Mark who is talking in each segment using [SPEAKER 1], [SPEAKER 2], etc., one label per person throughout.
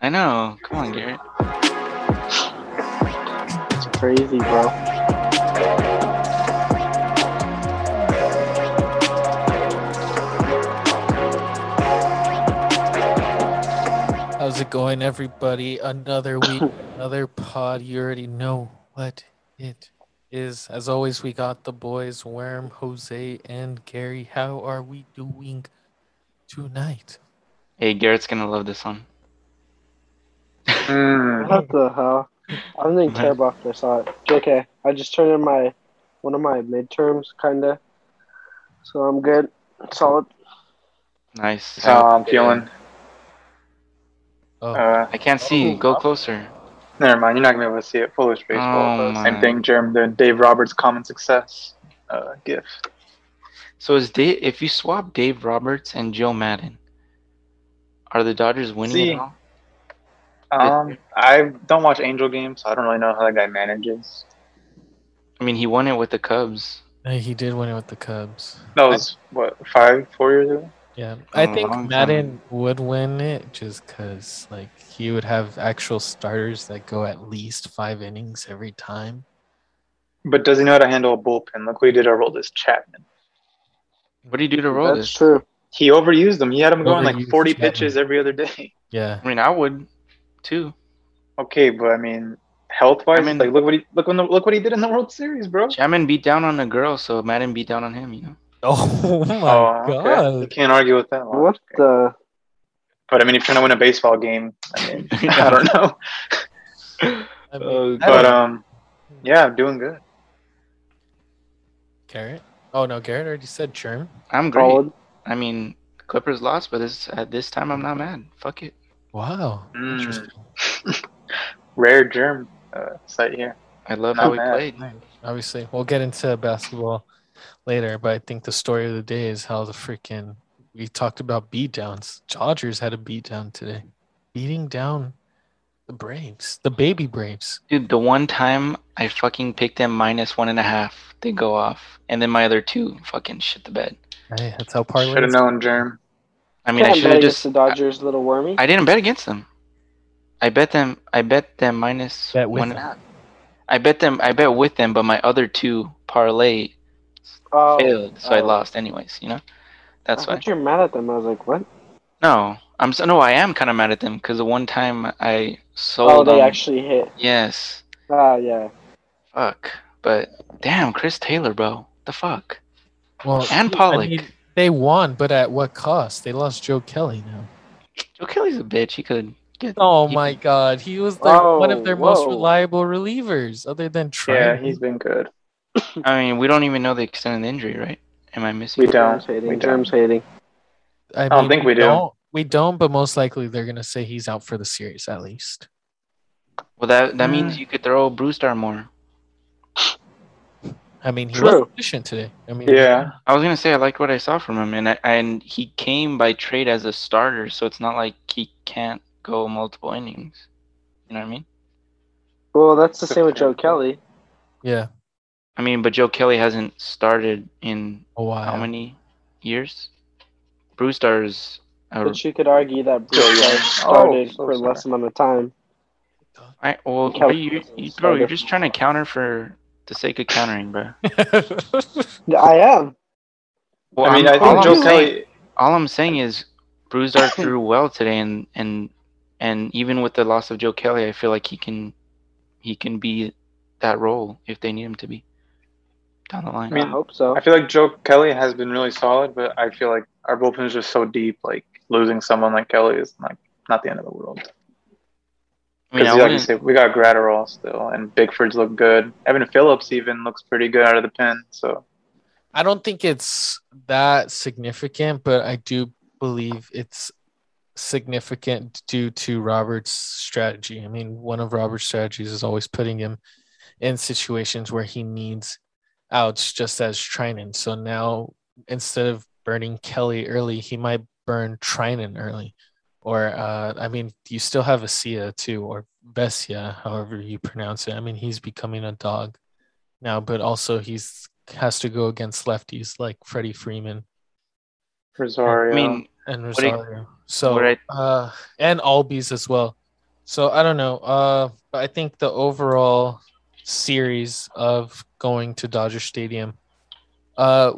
[SPEAKER 1] I know. Come on, Garrett.
[SPEAKER 2] It's crazy, bro.
[SPEAKER 3] How's it going, everybody? Another week, another pod. You already know what it is. As always, we got the boys, Worm, Jose, and Gary. How are we doing tonight?
[SPEAKER 1] Hey, Garrett's gonna love this one.
[SPEAKER 4] Mm.
[SPEAKER 2] What the hell? I don't even care about this. I JK. I just turned in my one of my midterms, kinda. So I'm good. Solid.
[SPEAKER 1] Nice.
[SPEAKER 4] So I'm feeling.
[SPEAKER 3] Oh,
[SPEAKER 4] Uh,
[SPEAKER 1] I can't see. Go closer.
[SPEAKER 4] never mind. You're not gonna be able to see it. Foolish baseball.
[SPEAKER 1] Oh,
[SPEAKER 4] uh,
[SPEAKER 1] my.
[SPEAKER 4] same thing. Jeremy did. Dave Roberts' common success uh, gif.
[SPEAKER 1] So is Dave? If you swap Dave Roberts and Joe Madden, are the Dodgers winning
[SPEAKER 4] See.
[SPEAKER 1] at all?
[SPEAKER 4] Um, I don't watch Angel games, so I don't really know how that guy manages.
[SPEAKER 1] I mean, he won it with the Cubs.
[SPEAKER 3] he did win it with the Cubs.
[SPEAKER 4] That was what five, four years ago.
[SPEAKER 3] Yeah, I
[SPEAKER 1] Oh,
[SPEAKER 3] think
[SPEAKER 1] long time.
[SPEAKER 3] Madden would win it just because, like, he would have actual starters that go at least five innings every time.
[SPEAKER 4] But does he know how to handle a bullpen? Look what he did to Roldis Chapman.
[SPEAKER 1] What do you do to roll
[SPEAKER 2] That's
[SPEAKER 1] this?
[SPEAKER 2] true.
[SPEAKER 4] He overused him. He had him going like
[SPEAKER 3] Overused
[SPEAKER 4] 40
[SPEAKER 3] Chapman.
[SPEAKER 4] pitches every other day.
[SPEAKER 3] Yeah,
[SPEAKER 1] I mean, I would, too.
[SPEAKER 4] Okay, but I mean, health wise,
[SPEAKER 1] I mean-
[SPEAKER 4] like look what he look when the, look what he did in the World Series, bro.
[SPEAKER 1] Chapman beat down on a girl, so Madden beat down on him. You know.
[SPEAKER 3] Oh my
[SPEAKER 4] Oh, okay. You
[SPEAKER 3] god.
[SPEAKER 4] can't argue with that. one.
[SPEAKER 2] What the?
[SPEAKER 4] But I mean, if you're trying to win a baseball game, I mean, I don't know.
[SPEAKER 3] I mean,
[SPEAKER 1] Uh,
[SPEAKER 4] But um, yeah, I'm doing good.
[SPEAKER 3] Garrett? Oh no, Garrett already said Germ.
[SPEAKER 1] I'm great.
[SPEAKER 2] Solid.
[SPEAKER 1] I mean, Clippers lost, but this at this time I'm not mad. Fuck it.
[SPEAKER 3] Wow.
[SPEAKER 4] Mm.
[SPEAKER 3] Interesting.
[SPEAKER 4] Rare germ uh, site here.
[SPEAKER 1] I love
[SPEAKER 4] Not
[SPEAKER 1] how we
[SPEAKER 4] mad.
[SPEAKER 1] played.
[SPEAKER 3] Obviously, we'll get into basketball later, but I think the story of the day is how the freaking we talked about beatdowns. Dodgers had a beatdown today, beating down the Braves, the baby Braves.
[SPEAKER 1] Dude, the one time I fucking picked them minus one and a half, they go off, and then my other two fucking shit the bed.
[SPEAKER 3] Hey, that's how
[SPEAKER 4] Should have
[SPEAKER 3] parlays.
[SPEAKER 4] known germ.
[SPEAKER 1] I mean, I
[SPEAKER 2] Can't
[SPEAKER 1] should have
[SPEAKER 2] bet
[SPEAKER 1] just.
[SPEAKER 2] against the Dodgers, little wormy.
[SPEAKER 1] I didn't bet against them. I bet them. I bet them minus
[SPEAKER 3] Bet with
[SPEAKER 1] one and a
[SPEAKER 3] them.
[SPEAKER 1] half. I bet them. I bet with them, but my other two parlay
[SPEAKER 2] Oh,
[SPEAKER 1] failed, so I
[SPEAKER 2] oh. Uh-huh.
[SPEAKER 1] lost anyways. You know, that's
[SPEAKER 2] I
[SPEAKER 1] why.
[SPEAKER 2] thought you were mad at them. I was like, what?
[SPEAKER 1] No, I'm so no. I am kind of mad at them because the one time I sold.
[SPEAKER 2] Oh, they
[SPEAKER 1] on-
[SPEAKER 2] actually hit.
[SPEAKER 1] Yes.
[SPEAKER 2] Ah, yeah.
[SPEAKER 1] Fuck. But damn, Chris Taylor, bro. The fuck.
[SPEAKER 3] Well,
[SPEAKER 1] And
[SPEAKER 3] I
[SPEAKER 1] Pollock.
[SPEAKER 3] mean, they won, but at what cost? They lost Joe Kelly now.
[SPEAKER 1] Joe Kelly's a bitch. He could get.
[SPEAKER 3] Oh
[SPEAKER 1] he-
[SPEAKER 3] my God, he was their, one of
[SPEAKER 2] Whoa,
[SPEAKER 3] their most
[SPEAKER 2] whoa.
[SPEAKER 3] reliable relievers, other than Trout.
[SPEAKER 4] Yeah, he's been good.
[SPEAKER 1] I mean, we don't even know the extent of the injury, right? Am I missing?
[SPEAKER 4] We don't.
[SPEAKER 2] Germs
[SPEAKER 4] We
[SPEAKER 2] hating.
[SPEAKER 4] don't.
[SPEAKER 2] Germs hating.
[SPEAKER 3] I,
[SPEAKER 4] don't think we do.
[SPEAKER 3] Don't, we don't, but most likely they're gonna say he's out for the series at least.
[SPEAKER 1] Well, that that
[SPEAKER 4] Mm.
[SPEAKER 1] means you could throw Bruce Darmore.
[SPEAKER 3] I mean, he
[SPEAKER 2] True.
[SPEAKER 3] was efficient today. I mean,
[SPEAKER 4] Yeah,
[SPEAKER 1] I was gonna say I liked what I saw from him, and I, and he came by trade as a starter, so it's not like he can't go multiple innings. You know what I mean?
[SPEAKER 2] Well, that's the
[SPEAKER 4] Good
[SPEAKER 2] same with Joe
[SPEAKER 4] point.
[SPEAKER 2] Kelly.
[SPEAKER 3] yeah,
[SPEAKER 1] I mean, but Joe Kelly hasn't started in
[SPEAKER 3] a
[SPEAKER 1] how
[SPEAKER 3] while.
[SPEAKER 1] many years? Bruce Dar's. Uh,
[SPEAKER 2] But you could argue that
[SPEAKER 4] Joe
[SPEAKER 2] Bruce
[SPEAKER 4] Young.
[SPEAKER 2] started
[SPEAKER 4] Oh, so
[SPEAKER 2] for
[SPEAKER 4] sorry.
[SPEAKER 2] less amount of time.
[SPEAKER 1] I, well,
[SPEAKER 2] Kelly
[SPEAKER 1] what are you,
[SPEAKER 2] hasn't
[SPEAKER 1] you, bro, you're
[SPEAKER 2] started.
[SPEAKER 1] just trying to counter for the sake of countering, bro.
[SPEAKER 2] I am.
[SPEAKER 1] Well,
[SPEAKER 4] I
[SPEAKER 1] I'm-
[SPEAKER 4] mean, I
[SPEAKER 1] all I'm
[SPEAKER 4] think Joe
[SPEAKER 1] saying-
[SPEAKER 4] Kelly.
[SPEAKER 1] all I'm saying is Bruce Dart threw well today and and and even with the loss of Joe Kelly, I feel like he can he can be that role if they need him to be down the line.
[SPEAKER 2] I,
[SPEAKER 4] mean,
[SPEAKER 2] hope so.
[SPEAKER 4] I feel like Joe Kelly has been really solid, but I feel like our bullpen is just so deep. Like losing someone like Kelly is like not the end of the world.
[SPEAKER 1] I mean, I
[SPEAKER 4] Because like you
[SPEAKER 1] wouldn't,
[SPEAKER 4] say, we got Gratterall still, and Bigford's look good. Evan Phillips even looks pretty good out of the pen. So
[SPEAKER 3] I don't think it's that significant, but I do believe it's significant due to Robert's strategy. I mean, one of Robert's strategies is always putting him in situations where he needs outs, just as Trinan. So now, instead of burning Kelly early, he might burn Trinan early. Or, uh, I mean, you still have Asia too, or Vesia, however you pronounce it. I mean, he's becoming a dog now, but also he's has to go against lefties like Freddie Freeman
[SPEAKER 4] Rosario.
[SPEAKER 1] I mean,
[SPEAKER 3] and
[SPEAKER 4] um,
[SPEAKER 1] do you-
[SPEAKER 3] Rosario. so
[SPEAKER 1] what
[SPEAKER 3] uh, and Albies as well. So I don't know. Uh, but I think the overall series of going to Dodger Stadium, uh,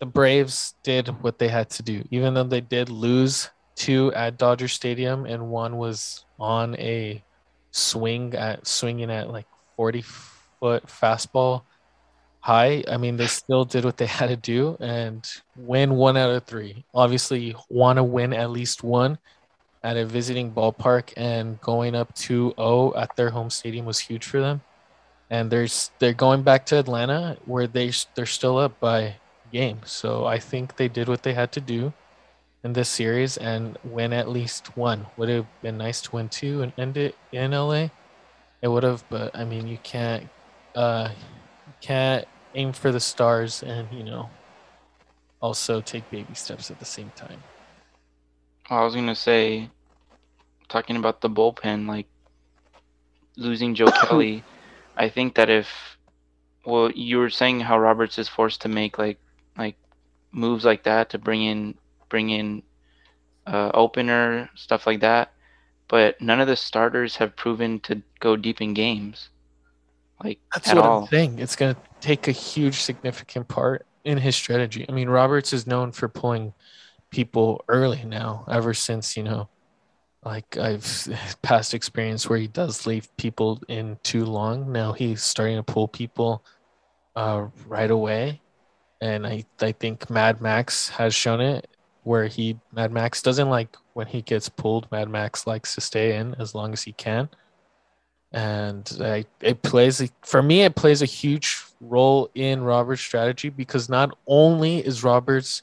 [SPEAKER 3] the Braves did what they had to do, even though they did lose two at Dodger Stadium, and one was on a swing at swinging at like forty foot fastball high. I mean, they still did what they had to do and win one out of three. Obviously, you want to win at least one at a visiting ballpark, and going up 2 0 at their home stadium was huge for them. And there's they're going back to Atlanta where they they're still up by game. So I think they did what they had to do in this series and win at least one. Would have been nice to win two and end it in LA. It would have, but I mean, you can't uh, can't aim for the stars and you know also take baby steps at the same time.
[SPEAKER 1] I was gonna say, talking about the bullpen, like losing Joe Kelly, I think that if, well, you were saying how Roberts is forced to make like like moves like that to bring in bring in uh, opener stuff like that, but none of the starters have proven to go deep in games, like
[SPEAKER 3] That's
[SPEAKER 1] at
[SPEAKER 3] what
[SPEAKER 1] all.
[SPEAKER 3] I'm saying. It's going to take a huge, significant part in his strategy. I mean, Roberts is known for pulling people early now, ever since, you know, like I've past experience where he does leave people in too long. Now he's starting to pull people uh, right away. And I, I think Mad Max has shown it where he, Mad Max doesn't like when he gets pulled. Mad Max likes to stay in as long as he can and I, it plays for me it plays a huge role in robert's strategy because not only is roberts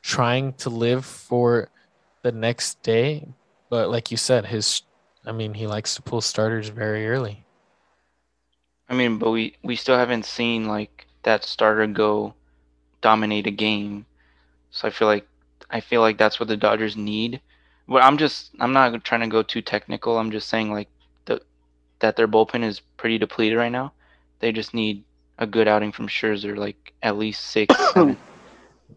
[SPEAKER 3] trying to live for the next day but like you said his i mean he likes to pull starters very early
[SPEAKER 1] I mean, but we we still haven't seen like that starter go dominate a game. So I feel like I feel like that's what the Dodgers need. But I'm just I'm not trying to go too technical. I'm just saying like the that their bullpen is pretty depleted right now. They just need a good outing from Scherzer, like at least six, seven,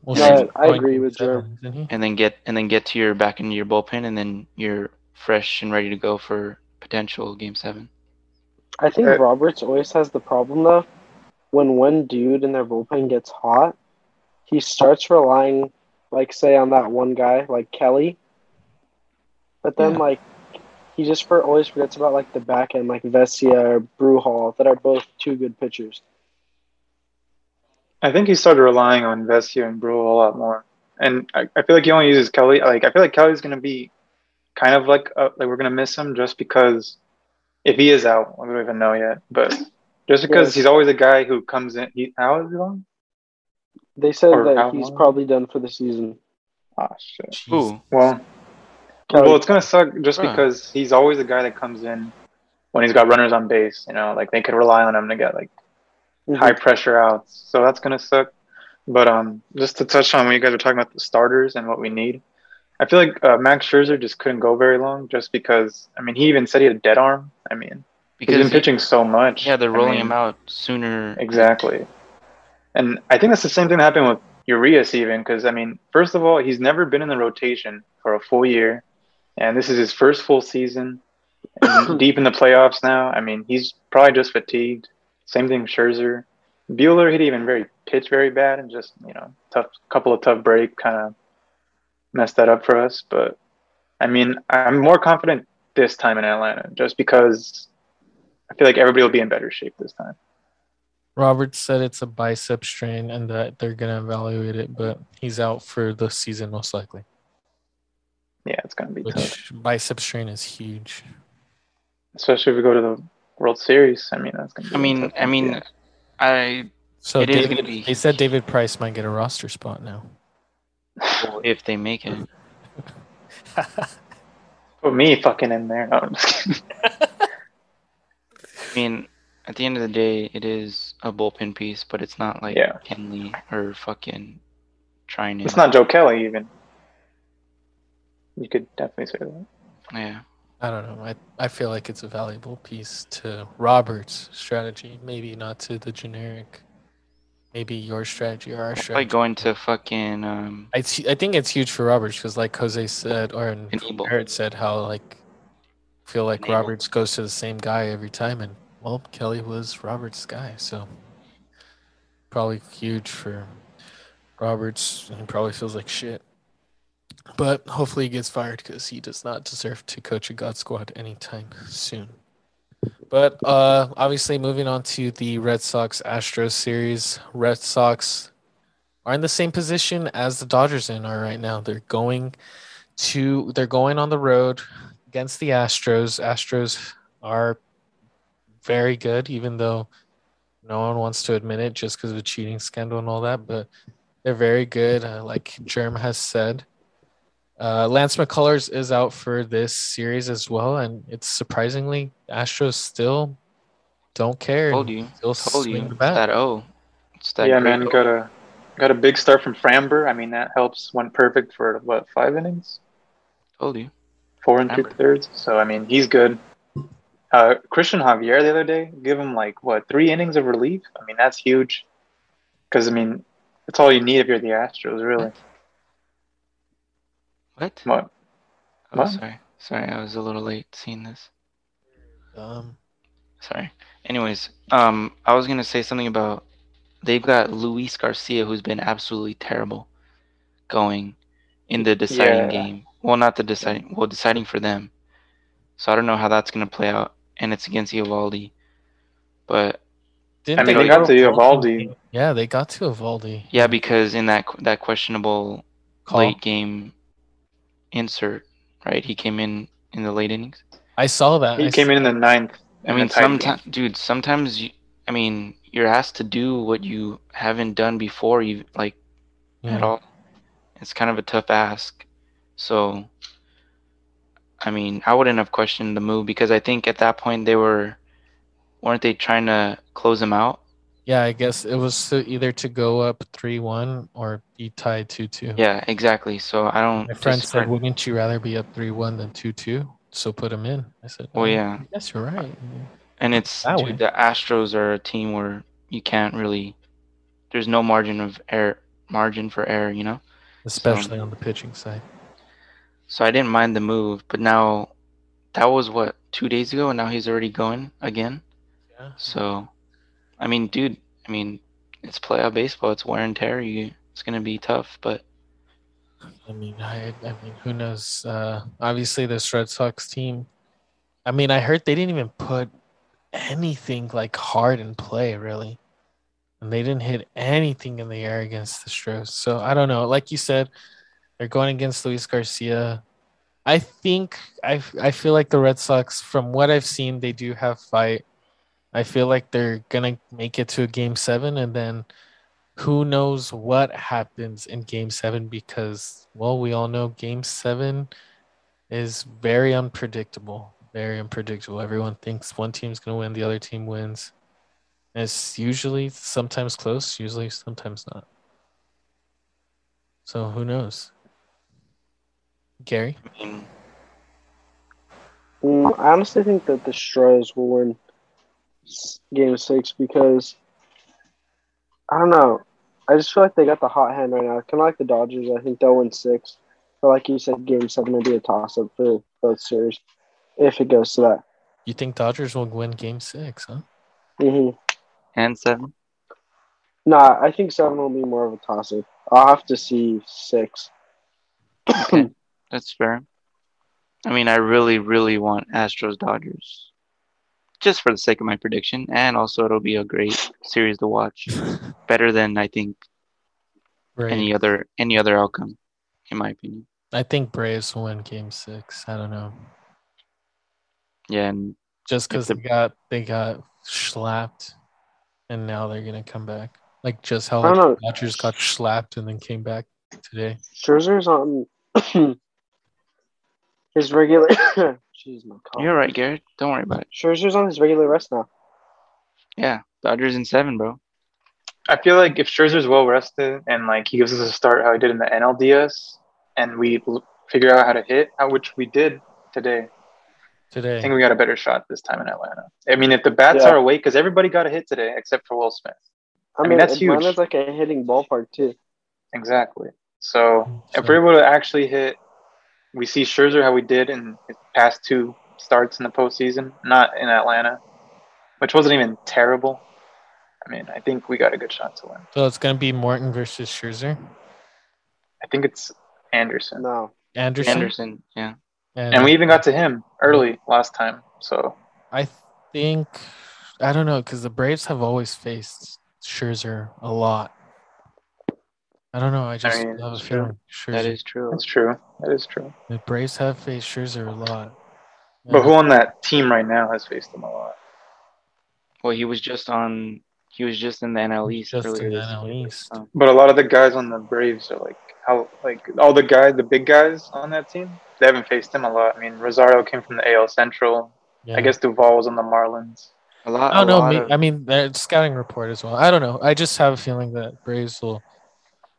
[SPEAKER 3] well,
[SPEAKER 1] Yeah,
[SPEAKER 3] Scherzer
[SPEAKER 2] I
[SPEAKER 3] going
[SPEAKER 2] agree with
[SPEAKER 3] seven, isn't he?
[SPEAKER 1] and then get and then get to your back into your bullpen, and then you're fresh and ready to go for potential game seven.
[SPEAKER 2] I think
[SPEAKER 4] Uh,
[SPEAKER 2] Roberts always has the problem though. When one dude in their bullpen gets hot, he starts relying, like say, on that one guy, like Kelly. But then,
[SPEAKER 1] Yeah.
[SPEAKER 2] like, he just for always forgets about like the back end, like Vesia or Bruhall, that are both two good pitchers.
[SPEAKER 4] I think he started relying on Vestia and Brew a lot more, and I, I feel like he only uses Kelly. Like I feel like Kelly's gonna be kind of like uh, like we're gonna miss him just because if he is out, we don't even know yet. But just because
[SPEAKER 2] Yeah.
[SPEAKER 4] he's always a guy who comes in. He, how is he on?
[SPEAKER 2] They said
[SPEAKER 4] Or how
[SPEAKER 2] that he's
[SPEAKER 4] long?
[SPEAKER 2] probably done for the season.
[SPEAKER 4] Ah shit.
[SPEAKER 3] Jeez.
[SPEAKER 1] Ooh,
[SPEAKER 4] Well,
[SPEAKER 2] Kelly.
[SPEAKER 4] well, it's gonna suck just
[SPEAKER 1] Oh, Huh.
[SPEAKER 4] because he's always the guy that comes in when he's got runners on base. You know, like they could rely on him to get like.
[SPEAKER 1] Mm-hmm.
[SPEAKER 4] high pressure outs. So that's gonna suck. But um, just to touch on when you guys were talking about the starters and what we need, I feel like uh, Max Scherzer just couldn't go very long, just because I mean he even said he had a dead arm. I mean
[SPEAKER 1] because
[SPEAKER 4] he's been pitching so much.
[SPEAKER 1] yeah, they're
[SPEAKER 4] I
[SPEAKER 1] rolling
[SPEAKER 4] mean,
[SPEAKER 1] him out sooner.
[SPEAKER 4] Exactly. And I think that's the same thing that happened with Urias, even because I mean, first of all, he's never been in the rotation for a full year, and this is his first full season. And deep in the playoffs now. I mean, he's probably just fatigued. Same thing with Scherzer. Bueller hit even very pitch very bad and just you know tough couple of tough break kind of messed that up for us. But I mean, I'm more confident this time in Atlanta just because I feel like everybody will be in better shape this time.
[SPEAKER 3] Robert said it's a bicep strain and that they're going to evaluate it, but he's out for the season most likely,
[SPEAKER 4] Yeah, it's gonna be tough.
[SPEAKER 3] which bicep strain is huge.
[SPEAKER 4] especially if we go to the World Series. I mean, that's gonna. Be
[SPEAKER 1] I mean,
[SPEAKER 4] tough.
[SPEAKER 1] I mean,
[SPEAKER 4] Yeah.
[SPEAKER 1] I
[SPEAKER 3] So
[SPEAKER 1] It is
[SPEAKER 3] David,
[SPEAKER 1] gonna be-
[SPEAKER 3] they said David Price might get a roster spot now.
[SPEAKER 1] if they make it.
[SPEAKER 4] put me fucking in there. No, I'm just kidding.
[SPEAKER 1] I mean, at the end of the day, it is a bullpen piece, but it's not like
[SPEAKER 4] Yeah.
[SPEAKER 1] Kenley or fucking trying
[SPEAKER 4] It's not Joe Kelly even. You could definitely say that.
[SPEAKER 1] Yeah,
[SPEAKER 3] I don't know. I, I feel like it's a valuable piece to Robert's strategy, maybe not to the generic, maybe your strategy or our
[SPEAKER 1] it's
[SPEAKER 3] strategy.
[SPEAKER 1] like going to fucking um.
[SPEAKER 3] I, see- I think it's huge for Roberts because, like Jose said, or
[SPEAKER 1] An evil.
[SPEAKER 3] Barrett said, how like feel like
[SPEAKER 5] Mabel.
[SPEAKER 3] Roberts goes to the same guy every time, and well, Kelly was Roberts' guy, so probably huge for Roberts, and he probably feels like shit. But hopefully, he gets fired because he does not deserve to coach a God Squad anytime soon. But uh, obviously, moving on to the Red Sox Astros series, Red Sox are in the same position as the Dodgers in are right now. They're going to they're going on the road against the Astros. Astros are very good, even though no one wants to admit it just because of the cheating scandal and all that. But they're very good, uh, like Germ has said. Uh, Lance McCullers is out for this series as well, and it's surprisingly Astros still don't care.
[SPEAKER 1] Told
[SPEAKER 3] and
[SPEAKER 1] you.
[SPEAKER 3] Still
[SPEAKER 1] Told
[SPEAKER 3] swing
[SPEAKER 1] you.
[SPEAKER 3] the bat.
[SPEAKER 1] That O. It's that
[SPEAKER 4] yeah,
[SPEAKER 1] great
[SPEAKER 4] man,
[SPEAKER 1] O.
[SPEAKER 4] got a got a big start from Framber. I mean, that helps. Went perfect for what five innings,
[SPEAKER 1] Told you.
[SPEAKER 4] four and two
[SPEAKER 1] Framber.
[SPEAKER 4] thirds. So I mean, he's good. Uh, Christian Javier the other day, give him like what three innings of relief. I mean, that's huge. Because I mean, that's all you need if you're the Astros, really.
[SPEAKER 1] What?
[SPEAKER 4] What?
[SPEAKER 1] Oh,
[SPEAKER 4] What?
[SPEAKER 1] sorry. Sorry, I was a little late seeing this.
[SPEAKER 3] Um,
[SPEAKER 1] Sorry. Anyways, um, I was gonna say something about they've got Luis Garcia who's been absolutely terrible going in the deciding
[SPEAKER 4] Yeah.
[SPEAKER 1] game. Well, not the deciding. Well, deciding for them. So I don't know how that's gonna play out, and it's against Evaldi. But
[SPEAKER 3] didn't
[SPEAKER 4] I mean,
[SPEAKER 1] they
[SPEAKER 4] got to Eovaldi.
[SPEAKER 3] Yeah, they got to Evaldi.
[SPEAKER 1] yeah, because in that that questionable late game insert, right? He came in in the late innings.
[SPEAKER 3] I saw that.
[SPEAKER 4] He
[SPEAKER 3] I
[SPEAKER 4] came in in the ninth.
[SPEAKER 1] I
[SPEAKER 4] in
[SPEAKER 1] mean,
[SPEAKER 4] the tight game.
[SPEAKER 1] sometimes, dude, sometimes you, I mean, you're asked to do what you haven't done before, you like
[SPEAKER 3] Yeah.
[SPEAKER 1] at all. It's kind of a tough ask. So, I mean, I wouldn't have questioned the move because I think at that point they were, weren't they trying to close him out?
[SPEAKER 3] Yeah, I guess it was to either to go up three one or be tied two two.
[SPEAKER 1] Yeah, exactly. So I don't.
[SPEAKER 3] My friend
[SPEAKER 1] discard-
[SPEAKER 3] said, "Wouldn't you rather be up three one than two two? So put him in." I said,
[SPEAKER 1] well,
[SPEAKER 3] "Um,
[SPEAKER 1] Oh, yeah,
[SPEAKER 3] I guess you're right."
[SPEAKER 1] and it's
[SPEAKER 3] That way.
[SPEAKER 1] dude, the Astros are a team where you can't really. There's no margin of error, margin for error, you know.
[SPEAKER 3] Especially on the pitching side.
[SPEAKER 1] So I didn't mind the move, but now that was what two days ago, and now he's already going again.
[SPEAKER 3] Yeah.
[SPEAKER 1] So, I mean, dude, I mean, it's playoff baseball. It's wear and tear. You, it's gonna be tough, but
[SPEAKER 3] I mean, I, I mean, who knows? Uh, obviously, this Red Sox team. I mean, I heard they didn't even put anything like hard in play, really, and they didn't hit anything in the air against the Stros. So I don't know. Like you said, they're going against Luis Garcia. I think I I feel like the Red Sox, from what I've seen, they do have fight. I feel like they're gonna make it to a game seven, and then who knows what happens in game seven because well we all know game seven is very unpredictable very unpredictable everyone thinks one team's going to win the other team wins and it's usually sometimes close usually sometimes not so who knows gary
[SPEAKER 1] I mean,
[SPEAKER 2] Mm, I honestly think that the Stros will win s- Game Six because I don't know. I just feel like they got the hot hand right now. Kind of like the Dodgers. I think they'll win six. But like you said, Game Seven will be a toss-up for both series if it goes to that.
[SPEAKER 3] you think dodgers will win game six huh
[SPEAKER 2] hmm
[SPEAKER 1] and seven.
[SPEAKER 2] Nah, I think seven will be more of a toss-up. I'll have to see six.
[SPEAKER 1] Okay, that's fair. I mean, I really, really want Astros Dodgers, just for the sake of my prediction, and also it'll be a great series to watch, better than I think
[SPEAKER 3] right
[SPEAKER 1] any other any other outcome, in my opinion.
[SPEAKER 3] i think braves will win game six i don't know
[SPEAKER 1] Yeah, and
[SPEAKER 3] just
[SPEAKER 1] Like
[SPEAKER 3] because
[SPEAKER 1] the-
[SPEAKER 3] they got they got slapped, and now they're gonna come back. Like just how
[SPEAKER 2] I don't
[SPEAKER 3] like,
[SPEAKER 2] know.
[SPEAKER 3] Dodgers got slapped and then came back today.
[SPEAKER 2] Scherzer's on his regular. Jeez, my cough.
[SPEAKER 1] you're right, Garrett. Don't worry about it.
[SPEAKER 2] Scherzer's on his regular rest now.
[SPEAKER 1] Yeah, Dodgers in seven, bro.
[SPEAKER 4] I feel like if Scherzer's well rested and like he gives us a start how he did in the NLDS, and we l- figure out how to hit, how, which we did today, I think
[SPEAKER 3] Today,
[SPEAKER 4] we got a better shot this time in Atlanta. I mean, if the bats
[SPEAKER 2] Yeah.
[SPEAKER 4] are awake, because everybody got a hit today except for Will Smith.
[SPEAKER 2] I,
[SPEAKER 4] I mean,
[SPEAKER 2] mean,
[SPEAKER 4] that's huge.
[SPEAKER 2] Atlanta's like a hitting ballpark too.
[SPEAKER 4] Exactly. So if
[SPEAKER 3] So-
[SPEAKER 4] we're able to actually hit, we see Scherzer how we did in his past two starts in the postseason, not in Atlanta, which wasn't even terrible. I mean, I think we got a good shot to win.
[SPEAKER 3] So it's going to be Morton versus Scherzer.
[SPEAKER 4] I think it's Anderson.
[SPEAKER 2] No.
[SPEAKER 3] Anderson.
[SPEAKER 1] Anderson, yeah.
[SPEAKER 4] And we even got to him early last time. So
[SPEAKER 3] I think I don't know because the Braves have always faced Scherzer a lot. I don't know. I just
[SPEAKER 4] mean,
[SPEAKER 3] have a
[SPEAKER 1] it's true.
[SPEAKER 3] feeling Scherzer.
[SPEAKER 1] That is true.
[SPEAKER 4] that's true. That is true.
[SPEAKER 3] the Braves have faced Scherzer a lot.
[SPEAKER 4] But
[SPEAKER 3] Yeah.
[SPEAKER 4] who on that team right now has faced him a lot?
[SPEAKER 1] Well, he was just on. He was just in the NL East.
[SPEAKER 3] Just
[SPEAKER 1] earlier
[SPEAKER 3] in the
[SPEAKER 1] this
[SPEAKER 3] NL
[SPEAKER 1] year.
[SPEAKER 3] East.
[SPEAKER 1] Um,
[SPEAKER 4] But a lot of the guys on the Braves are like how like all the guys, the big guys on that team, they haven't faced him a lot. I mean, Rosario came from the AL Central.
[SPEAKER 3] Yeah.
[SPEAKER 4] I guess Duval was on the Marlins.
[SPEAKER 1] a lot.
[SPEAKER 3] I
[SPEAKER 1] a
[SPEAKER 3] don't know.
[SPEAKER 1] lot
[SPEAKER 3] Oh, me-
[SPEAKER 1] of-
[SPEAKER 3] I mean, their scouting report as well. I don't know. I just have a feeling that Braves will.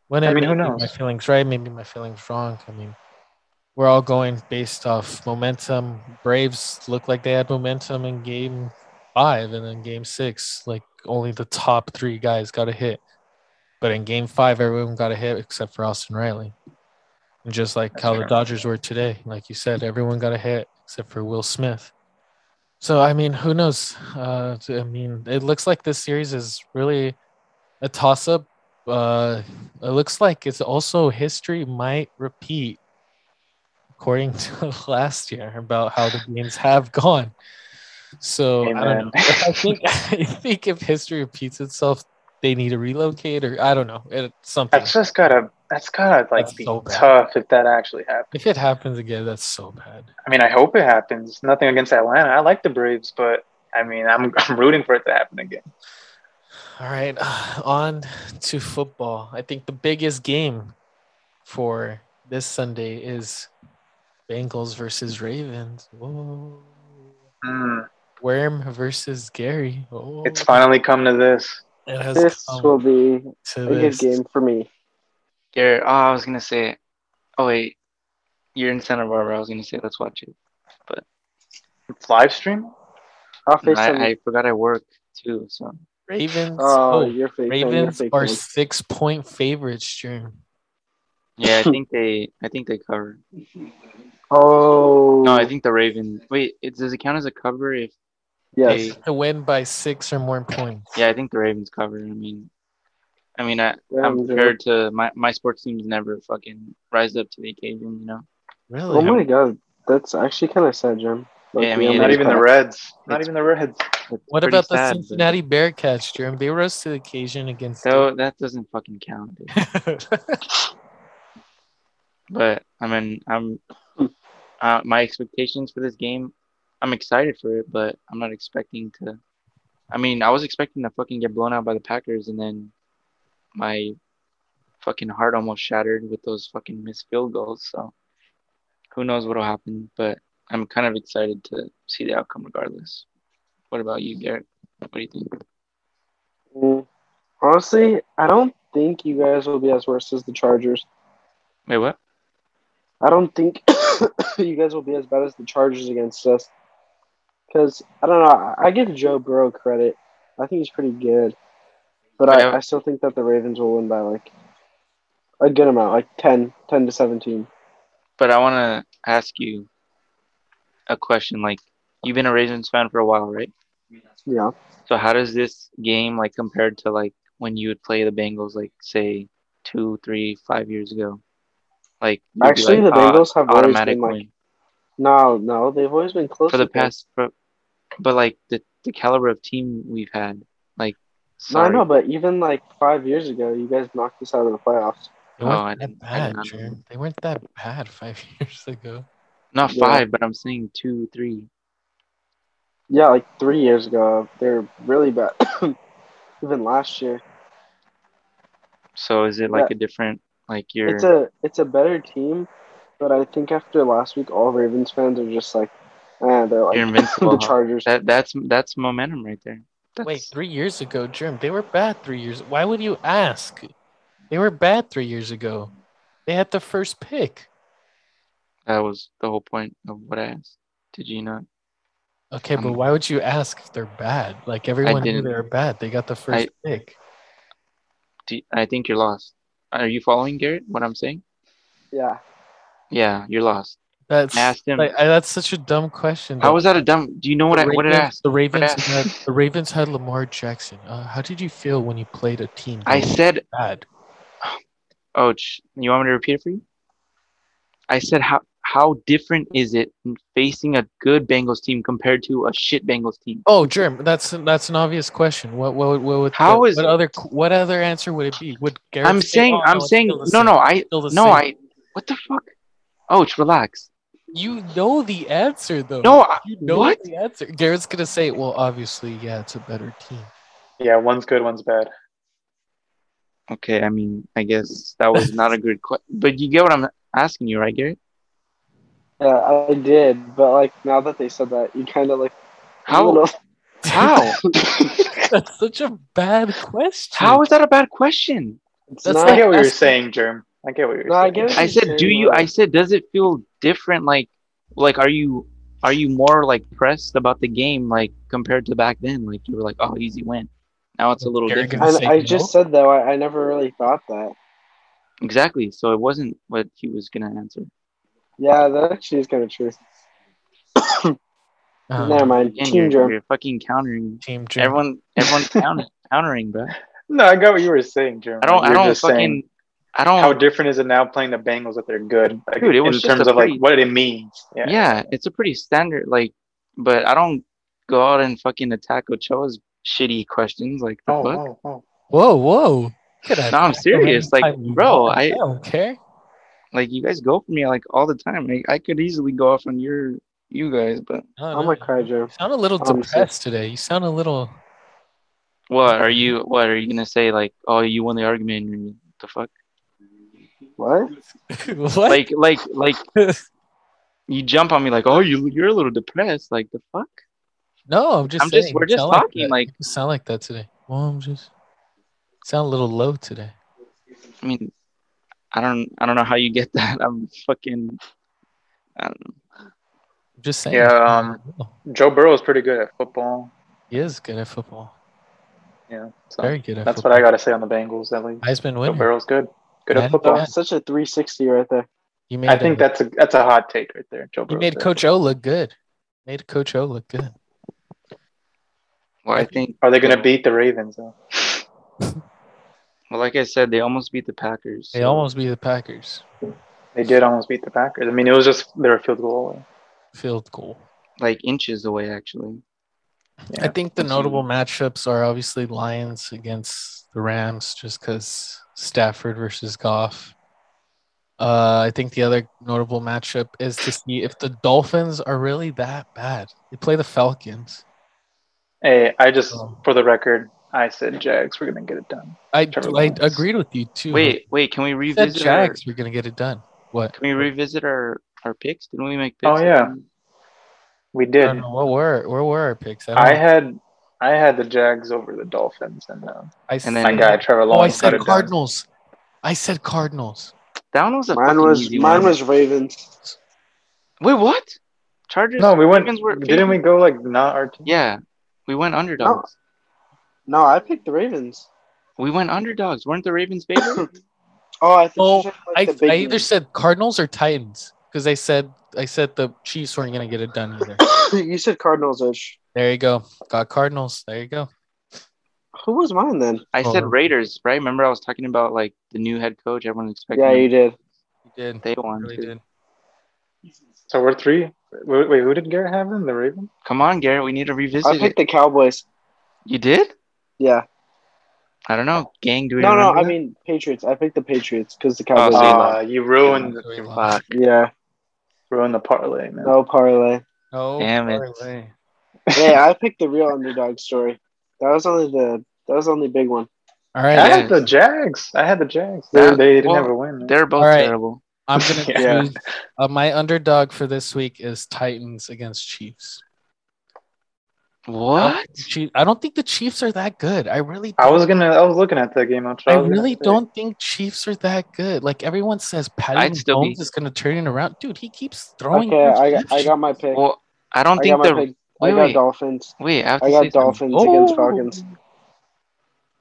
[SPEAKER 3] When
[SPEAKER 4] I
[SPEAKER 3] I
[SPEAKER 4] mean, who
[SPEAKER 3] maybe My
[SPEAKER 4] knows?
[SPEAKER 3] feelings right, maybe my feelings wrong. I mean, we're all going based off momentum. Braves look like they had momentum in game five, and then game six, like only the top three guys got a hit. But in game five, everyone got a hit except for Austin Riley. And just like
[SPEAKER 4] That's
[SPEAKER 3] how the
[SPEAKER 4] true.
[SPEAKER 3] Dodgers were today, like you said, everyone got a hit except for Will Smith. So I mean, who knows? Uh, I mean, it looks like this series is really a toss-up. Uh, it looks like it's also history might repeat, according to last year about how the games have gone. So I don't know.
[SPEAKER 4] Amen.
[SPEAKER 3] I think I think if history repeats itself, they need to relocate or I don't know. It, something.
[SPEAKER 4] That's just gotta. That's gotta like
[SPEAKER 3] That's
[SPEAKER 4] be
[SPEAKER 3] so bad.
[SPEAKER 4] tough if that actually happens.
[SPEAKER 3] If it happens again, that's so bad.
[SPEAKER 4] I mean, I hope it happens. Nothing against Atlanta. I like the Braves, but I mean, I'm I'm rooting for it to happen again.
[SPEAKER 3] All right, on to football. I think the biggest game for this Sunday is Bengals versus Ravens. Whoa.
[SPEAKER 4] Mm,
[SPEAKER 3] Worm versus Gary. Oh,
[SPEAKER 4] it's finally come to this.
[SPEAKER 3] It has
[SPEAKER 2] This
[SPEAKER 3] come
[SPEAKER 2] will be
[SPEAKER 3] to
[SPEAKER 2] a
[SPEAKER 3] this.
[SPEAKER 2] good game for me.
[SPEAKER 1] Garrett, oh, I was gonna say. Oh wait, you're in Santa Barbara. I was gonna say let's watch it.
[SPEAKER 4] It's live stream.
[SPEAKER 2] I'll face
[SPEAKER 1] And I,
[SPEAKER 2] him.
[SPEAKER 1] I forgot I work too, so
[SPEAKER 3] Ravens.
[SPEAKER 2] Oh,
[SPEAKER 3] Oh,
[SPEAKER 2] you're fake.
[SPEAKER 3] Ravens
[SPEAKER 2] you're
[SPEAKER 3] are
[SPEAKER 2] fake.
[SPEAKER 3] six point favorites. During
[SPEAKER 1] yeah, I think they. I think they cover.
[SPEAKER 2] Oh,
[SPEAKER 1] No, I think the Ravens. Wait, it, does it count as a cover if
[SPEAKER 2] yes.
[SPEAKER 3] to win by six or more points.
[SPEAKER 1] Yeah, I think the Ravens cover. I mean, I mean, I,
[SPEAKER 2] Yeah,
[SPEAKER 1] I'm
[SPEAKER 2] I'm good.
[SPEAKER 1] prepared to. My my sports teams never fucking rise up to the occasion, you know.
[SPEAKER 3] really.
[SPEAKER 2] Oh my god, that's actually kind of sad, Jim.
[SPEAKER 1] Yeah, I mean,
[SPEAKER 2] I'm
[SPEAKER 1] it
[SPEAKER 4] Not
[SPEAKER 1] is
[SPEAKER 4] even the
[SPEAKER 1] kinda-
[SPEAKER 4] Reds. Not
[SPEAKER 1] it's-
[SPEAKER 4] even the Reds.
[SPEAKER 1] It's
[SPEAKER 3] what
[SPEAKER 1] pretty
[SPEAKER 3] about the
[SPEAKER 1] sad, but-
[SPEAKER 3] Cincinnati Bearcats, Jeremy? They rose to the occasion against.
[SPEAKER 1] So that doesn't fucking count. dude. But I mean, I'm. Uh, my expectations for this game, I'm excited for it, but I'm not expecting to. I mean, I was expecting to fucking get blown out by the Packers, and then my fucking heart almost shattered with those fucking missed field goals. So who knows what'll happen? But I'm kind of excited to see the outcome, regardless. What about you, Garrett? What do you think?
[SPEAKER 2] Mm. Honestly, I don't think you guys will be as worse as the Chargers.
[SPEAKER 1] Wait, what?
[SPEAKER 2] I don't think you guys will be as bad as the Chargers against us. Because, I don't know, I, I give Joe Burrow credit. I think he's pretty good. But
[SPEAKER 1] Yeah.
[SPEAKER 2] I, I still think that the Ravens will win by, like, a good amount, like 10, 10 to 17.
[SPEAKER 1] But I want to ask you a question. Like, you've been a Ravens fan for a while, right?
[SPEAKER 2] Yeah.
[SPEAKER 1] So how does this game like compared to like when you would play the Bengals like say two, three, five years ago? Like you'd be
[SPEAKER 2] Actually,
[SPEAKER 1] like,
[SPEAKER 2] the
[SPEAKER 1] "Ah,
[SPEAKER 2] Bengals have always
[SPEAKER 1] automatic
[SPEAKER 2] been, like,
[SPEAKER 1] win
[SPEAKER 2] No, no, they've always been close.
[SPEAKER 1] for the
[SPEAKER 2] with them.
[SPEAKER 1] past, for, but like the the caliber of team we've had, like
[SPEAKER 2] No, I
[SPEAKER 1] sorry,
[SPEAKER 2] know, but even, like, five years ago, you guys knocked us out of the playoffs.
[SPEAKER 3] They
[SPEAKER 1] Oh,
[SPEAKER 3] weren't
[SPEAKER 1] I
[SPEAKER 3] that
[SPEAKER 1] didn't- I did not
[SPEAKER 3] bad,
[SPEAKER 1] know
[SPEAKER 3] Jeremy. They weren't that bad five years ago.
[SPEAKER 1] not
[SPEAKER 2] Yeah.
[SPEAKER 1] five, but I'm saying two, three.
[SPEAKER 2] Yeah, like three years ago, they're really bad. Even last year,
[SPEAKER 1] So is it like
[SPEAKER 2] Yeah.
[SPEAKER 1] a different like your
[SPEAKER 2] it's a it's a better team, but I think after last week, all Ravens fans are just like, eh, they're
[SPEAKER 1] you're
[SPEAKER 2] like
[SPEAKER 1] invincible?
[SPEAKER 2] the
[SPEAKER 1] huh?
[SPEAKER 2] Chargers.
[SPEAKER 1] That that's that's momentum right there. That's,
[SPEAKER 3] Wait, three years ago, Jeremy. They were bad three years. Why would you ask? They were bad three years ago. They had the first pick.
[SPEAKER 1] that was the whole point of what I asked. Did you not?
[SPEAKER 3] Okay, but
[SPEAKER 1] Um,
[SPEAKER 3] why would you ask if they're bad? Like everyone knew
[SPEAKER 1] didn't-
[SPEAKER 3] they were bad. They got the first pick.
[SPEAKER 1] Do I think you're lost? Are you following Garrett? What I'm saying?
[SPEAKER 2] Yeah,
[SPEAKER 1] Yeah, you're lost.
[SPEAKER 3] That's
[SPEAKER 1] I asked him.
[SPEAKER 3] like, I, that's such a dumb question.
[SPEAKER 1] How was that a dumb? Do you know what I what did I ask?
[SPEAKER 3] Ravens- The Ravens
[SPEAKER 1] ask?
[SPEAKER 3] had the Ravens had Lamar Jackson. Uh, how did you feel when you played a team? that
[SPEAKER 1] I
[SPEAKER 3] was
[SPEAKER 1] said,
[SPEAKER 3] bad.
[SPEAKER 1] oh, sh- you want me to repeat it for you? I said, how how different is it facing a good Bengals team compared to a shit Bengals team?
[SPEAKER 3] Oh, Jerm, that's that's an obvious question. What what what would
[SPEAKER 1] How
[SPEAKER 3] what,
[SPEAKER 1] is
[SPEAKER 3] what
[SPEAKER 1] it?
[SPEAKER 3] other what other answer would it be? Would Garrett
[SPEAKER 1] I'm
[SPEAKER 3] say,
[SPEAKER 1] saying,
[SPEAKER 3] "Oh,
[SPEAKER 1] I'm
[SPEAKER 3] it's
[SPEAKER 1] saying,
[SPEAKER 3] still
[SPEAKER 1] no,
[SPEAKER 3] the same,
[SPEAKER 1] no, I,
[SPEAKER 3] still the
[SPEAKER 1] no,
[SPEAKER 3] same."
[SPEAKER 1] I, what the fuck? Oh, sh- relax.
[SPEAKER 3] You know the answer though.
[SPEAKER 1] No, I,
[SPEAKER 3] you know
[SPEAKER 1] what?
[SPEAKER 3] the answer. Garrett's gonna say, "Well, obviously, yeah, it's a better team."
[SPEAKER 4] Yeah, one's good, one's bad.
[SPEAKER 1] Okay, I mean, I guess that was not a good question, but you get what I'm asking you, right, Garrett?
[SPEAKER 2] Yeah, I did, but like now that they said that, you kind of like
[SPEAKER 1] How? How?
[SPEAKER 3] that's such a bad question.
[SPEAKER 1] How is that a bad question?
[SPEAKER 2] It's
[SPEAKER 3] That's
[SPEAKER 2] not,
[SPEAKER 4] I get what you're
[SPEAKER 3] that's-
[SPEAKER 4] saying, Germ. I get what you're
[SPEAKER 2] No, I
[SPEAKER 4] saying.
[SPEAKER 2] get what
[SPEAKER 1] I
[SPEAKER 2] you're
[SPEAKER 1] said, do
[SPEAKER 2] saying,
[SPEAKER 1] you? I
[SPEAKER 2] like-
[SPEAKER 1] said, does it feel different? Like, like, are you, are you more like pressed about the game, like compared to back then? Like you were like, oh, easy win. Now it's a little
[SPEAKER 3] Gary
[SPEAKER 1] different.
[SPEAKER 3] gonna say
[SPEAKER 2] I, I
[SPEAKER 3] no?
[SPEAKER 2] just said though, I, I never really thought that.
[SPEAKER 1] Exactly. So it wasn't what he was gonna answer.
[SPEAKER 2] Yeah, that actually is kind of true.
[SPEAKER 3] Uh,
[SPEAKER 2] Never mind.
[SPEAKER 1] Again,
[SPEAKER 2] Team
[SPEAKER 1] you're,
[SPEAKER 2] germ.
[SPEAKER 1] you're fucking countering
[SPEAKER 3] Team Jerm.
[SPEAKER 1] everyone. Everyone's counter, countering, bro.
[SPEAKER 4] No, I got what you were saying, Germ.
[SPEAKER 1] I don't. I
[SPEAKER 4] You're
[SPEAKER 1] don't
[SPEAKER 4] just saying
[SPEAKER 1] fucking. I don't.
[SPEAKER 4] how different is it now playing the Bengals that they're good? Like,
[SPEAKER 1] Dude, it was
[SPEAKER 4] in
[SPEAKER 1] just
[SPEAKER 4] terms
[SPEAKER 1] a
[SPEAKER 4] of like
[SPEAKER 1] pretty-
[SPEAKER 4] what it means. Yeah.
[SPEAKER 1] yeah, it's a pretty standard. Like, but I don't go out and fucking attack Ochoa's shitty questions. Like, the
[SPEAKER 4] Oh,
[SPEAKER 1] fuck?
[SPEAKER 4] oh, oh.
[SPEAKER 3] Whoa, whoa. Get out
[SPEAKER 1] No, I'm serious. Like, bro, I-
[SPEAKER 3] don't care.
[SPEAKER 1] like you guys go for me like all the time. Like, I could easily go off on your you guys, but
[SPEAKER 3] No,
[SPEAKER 2] I'm
[SPEAKER 3] no.
[SPEAKER 2] a cry germ.
[SPEAKER 3] You sound a little
[SPEAKER 2] I'm sick.
[SPEAKER 3] depressed today. You sound a little.
[SPEAKER 1] what are you? What are you gonna say? Like, oh, you won the argument. and The fuck?
[SPEAKER 2] What?
[SPEAKER 3] what?
[SPEAKER 1] Like, like, like you jump on me like, oh, you you're a little depressed. Like the fuck?
[SPEAKER 3] no, I'm just.
[SPEAKER 1] I'm just-
[SPEAKER 3] saying,
[SPEAKER 1] we're
[SPEAKER 3] you
[SPEAKER 1] just
[SPEAKER 3] sound
[SPEAKER 1] talking,
[SPEAKER 3] Like,
[SPEAKER 1] like-
[SPEAKER 3] that. You sound like that today. Well, I'm just. Sound a little low today.
[SPEAKER 1] I mean, I don't I don't know how you get that. I'm fucking. I don't know.
[SPEAKER 3] I'm just saying.
[SPEAKER 4] Yeah, um, Joe Burrow is pretty good at football.
[SPEAKER 3] he is good at football.
[SPEAKER 4] Yeah. So
[SPEAKER 3] Very good at
[SPEAKER 4] that's
[SPEAKER 3] football.
[SPEAKER 4] what I got to say on the Bengals at least.
[SPEAKER 3] Heisman
[SPEAKER 4] Joe
[SPEAKER 3] winner.
[SPEAKER 4] Burrow's good. Good
[SPEAKER 3] Yeah.
[SPEAKER 4] at football.
[SPEAKER 2] That's such a 360 right there.
[SPEAKER 3] You made.
[SPEAKER 4] I think
[SPEAKER 3] uh,
[SPEAKER 4] that's a that's a hot take right there. Joe
[SPEAKER 3] you
[SPEAKER 4] Burrow's
[SPEAKER 3] made
[SPEAKER 4] good.
[SPEAKER 3] Coach O look good. Made Coach O look good.
[SPEAKER 1] Well, I think.
[SPEAKER 4] Are they going to beat the Ravens? Though?
[SPEAKER 1] Well, like I said, they almost beat the Packers.
[SPEAKER 3] They
[SPEAKER 1] so-
[SPEAKER 3] almost beat the Packers.
[SPEAKER 4] They did almost beat the Packers. I mean, it was just they were a field goal away.
[SPEAKER 3] Field goal.
[SPEAKER 1] like inches away actually.
[SPEAKER 4] Yeah,
[SPEAKER 3] I think the
[SPEAKER 1] that's
[SPEAKER 3] notable matchups are obviously Lions against the Rams, just because Stafford versus Goff. Uh, I think the other notable matchup is to see if the Dolphins are really that bad. They play the Falcons.
[SPEAKER 4] Hey, I just
[SPEAKER 3] Oh.
[SPEAKER 4] for the record, I said Jags. We're going to get it done.
[SPEAKER 3] I,
[SPEAKER 4] Trevor
[SPEAKER 3] I
[SPEAKER 4] Lawrence.
[SPEAKER 3] agreed with you too.
[SPEAKER 1] Wait, wait. Can we
[SPEAKER 3] You said
[SPEAKER 1] revisit? Our,
[SPEAKER 3] Jags. We're gonna get it done. What?
[SPEAKER 1] can we revisit our our picks? Didn't we make
[SPEAKER 4] Oh,
[SPEAKER 1] picks?
[SPEAKER 4] yeah. We
[SPEAKER 3] I
[SPEAKER 4] did.
[SPEAKER 3] don't know. What were where were our picks? I, don't
[SPEAKER 4] I
[SPEAKER 3] know.
[SPEAKER 4] had I had the Jags over the Dolphins, and uh,
[SPEAKER 3] I
[SPEAKER 1] and then-
[SPEAKER 4] my
[SPEAKER 3] said-
[SPEAKER 4] guy Trevor
[SPEAKER 3] Oh, I
[SPEAKER 4] Lawrence got
[SPEAKER 3] said
[SPEAKER 4] it done.
[SPEAKER 3] Cardinals. I said Cardinals.
[SPEAKER 1] That one was a
[SPEAKER 2] Mine
[SPEAKER 1] fucking
[SPEAKER 2] was
[SPEAKER 1] easy
[SPEAKER 2] mine
[SPEAKER 1] one.
[SPEAKER 2] was Ravens.
[SPEAKER 1] Wait, what? Chargers?
[SPEAKER 4] No, we went.
[SPEAKER 1] Ravens were-
[SPEAKER 4] Didn't we go like not our team?
[SPEAKER 1] Yeah, we went underdogs.
[SPEAKER 2] No, I picked the Ravens.
[SPEAKER 1] We went underdogs. weren't the Ravens favored?
[SPEAKER 2] Oh, I think you
[SPEAKER 3] Oh,
[SPEAKER 2] said,
[SPEAKER 3] I,
[SPEAKER 2] like, the big
[SPEAKER 3] I either
[SPEAKER 2] one.
[SPEAKER 3] said Cardinals or Titans because I said I said the Chiefs weren't gonna get it done either.
[SPEAKER 2] you said Cardinals ish.
[SPEAKER 3] There you go. Got Cardinals. There you go.
[SPEAKER 2] Who was mine then?
[SPEAKER 1] I
[SPEAKER 3] Oh.
[SPEAKER 1] said Raiders, right? Remember I was talking about like the new head coach. Everyone expected
[SPEAKER 2] Yeah, you
[SPEAKER 1] him.
[SPEAKER 2] did.
[SPEAKER 3] You did.
[SPEAKER 1] they won.
[SPEAKER 3] Really
[SPEAKER 1] too.
[SPEAKER 3] did.
[SPEAKER 4] So we're three. Wait, wait, who did Garrett have in the Ravens?
[SPEAKER 1] Come on, Garrett. We need to
[SPEAKER 2] I
[SPEAKER 1] revisit
[SPEAKER 2] picked
[SPEAKER 1] it.
[SPEAKER 2] the Cowboys.
[SPEAKER 1] You did?
[SPEAKER 2] Yeah.
[SPEAKER 1] I don't know. Gang, do we
[SPEAKER 2] No, no,
[SPEAKER 1] remember Oh,
[SPEAKER 2] I
[SPEAKER 1] that?
[SPEAKER 2] mean Patriots. I picked the Patriots because the Cowboys.
[SPEAKER 1] so you
[SPEAKER 2] won.
[SPEAKER 1] lost.
[SPEAKER 4] Uh, you ruined
[SPEAKER 3] So we lost.
[SPEAKER 1] Fuck.
[SPEAKER 2] yeah.
[SPEAKER 4] ruined the parlay, man.
[SPEAKER 2] No parlay.
[SPEAKER 3] No
[SPEAKER 1] Damn it.
[SPEAKER 3] parlay.
[SPEAKER 2] hey, I picked the real underdog story. That was only the that was only the big one.
[SPEAKER 3] All
[SPEAKER 4] I
[SPEAKER 3] right.
[SPEAKER 1] Yeah.
[SPEAKER 4] had the Jags. I had the Jags. They,
[SPEAKER 1] That-
[SPEAKER 4] they didn't
[SPEAKER 1] well,
[SPEAKER 4] ever win. man.
[SPEAKER 1] They're both
[SPEAKER 3] All right.
[SPEAKER 1] terrible.
[SPEAKER 3] I'm gonna
[SPEAKER 4] Yeah.
[SPEAKER 3] choose uh, my underdog for this week is Titans against Chiefs.
[SPEAKER 1] What?
[SPEAKER 3] Chief- I don't think the Chiefs are that good. I really
[SPEAKER 4] I
[SPEAKER 3] don't-
[SPEAKER 4] was gonna. I was looking at that game.
[SPEAKER 3] I
[SPEAKER 4] Charles.
[SPEAKER 3] really don't think Chiefs are that good. Like everyone says, Patty
[SPEAKER 1] I'd still
[SPEAKER 3] Mahomes
[SPEAKER 1] be-
[SPEAKER 3] is going to turn it around. Dude, he keeps throwing.
[SPEAKER 2] Okay, I, I
[SPEAKER 3] interceptions.
[SPEAKER 2] got my pick.
[SPEAKER 1] Well, I don't
[SPEAKER 2] I got
[SPEAKER 1] think
[SPEAKER 2] my
[SPEAKER 1] the
[SPEAKER 2] pick.
[SPEAKER 1] wait,
[SPEAKER 2] I got
[SPEAKER 1] wait,
[SPEAKER 2] Dolphins.
[SPEAKER 1] wait. I have to say
[SPEAKER 2] I got
[SPEAKER 1] something.
[SPEAKER 2] Dolphins against
[SPEAKER 3] Oh.
[SPEAKER 2] Falcons.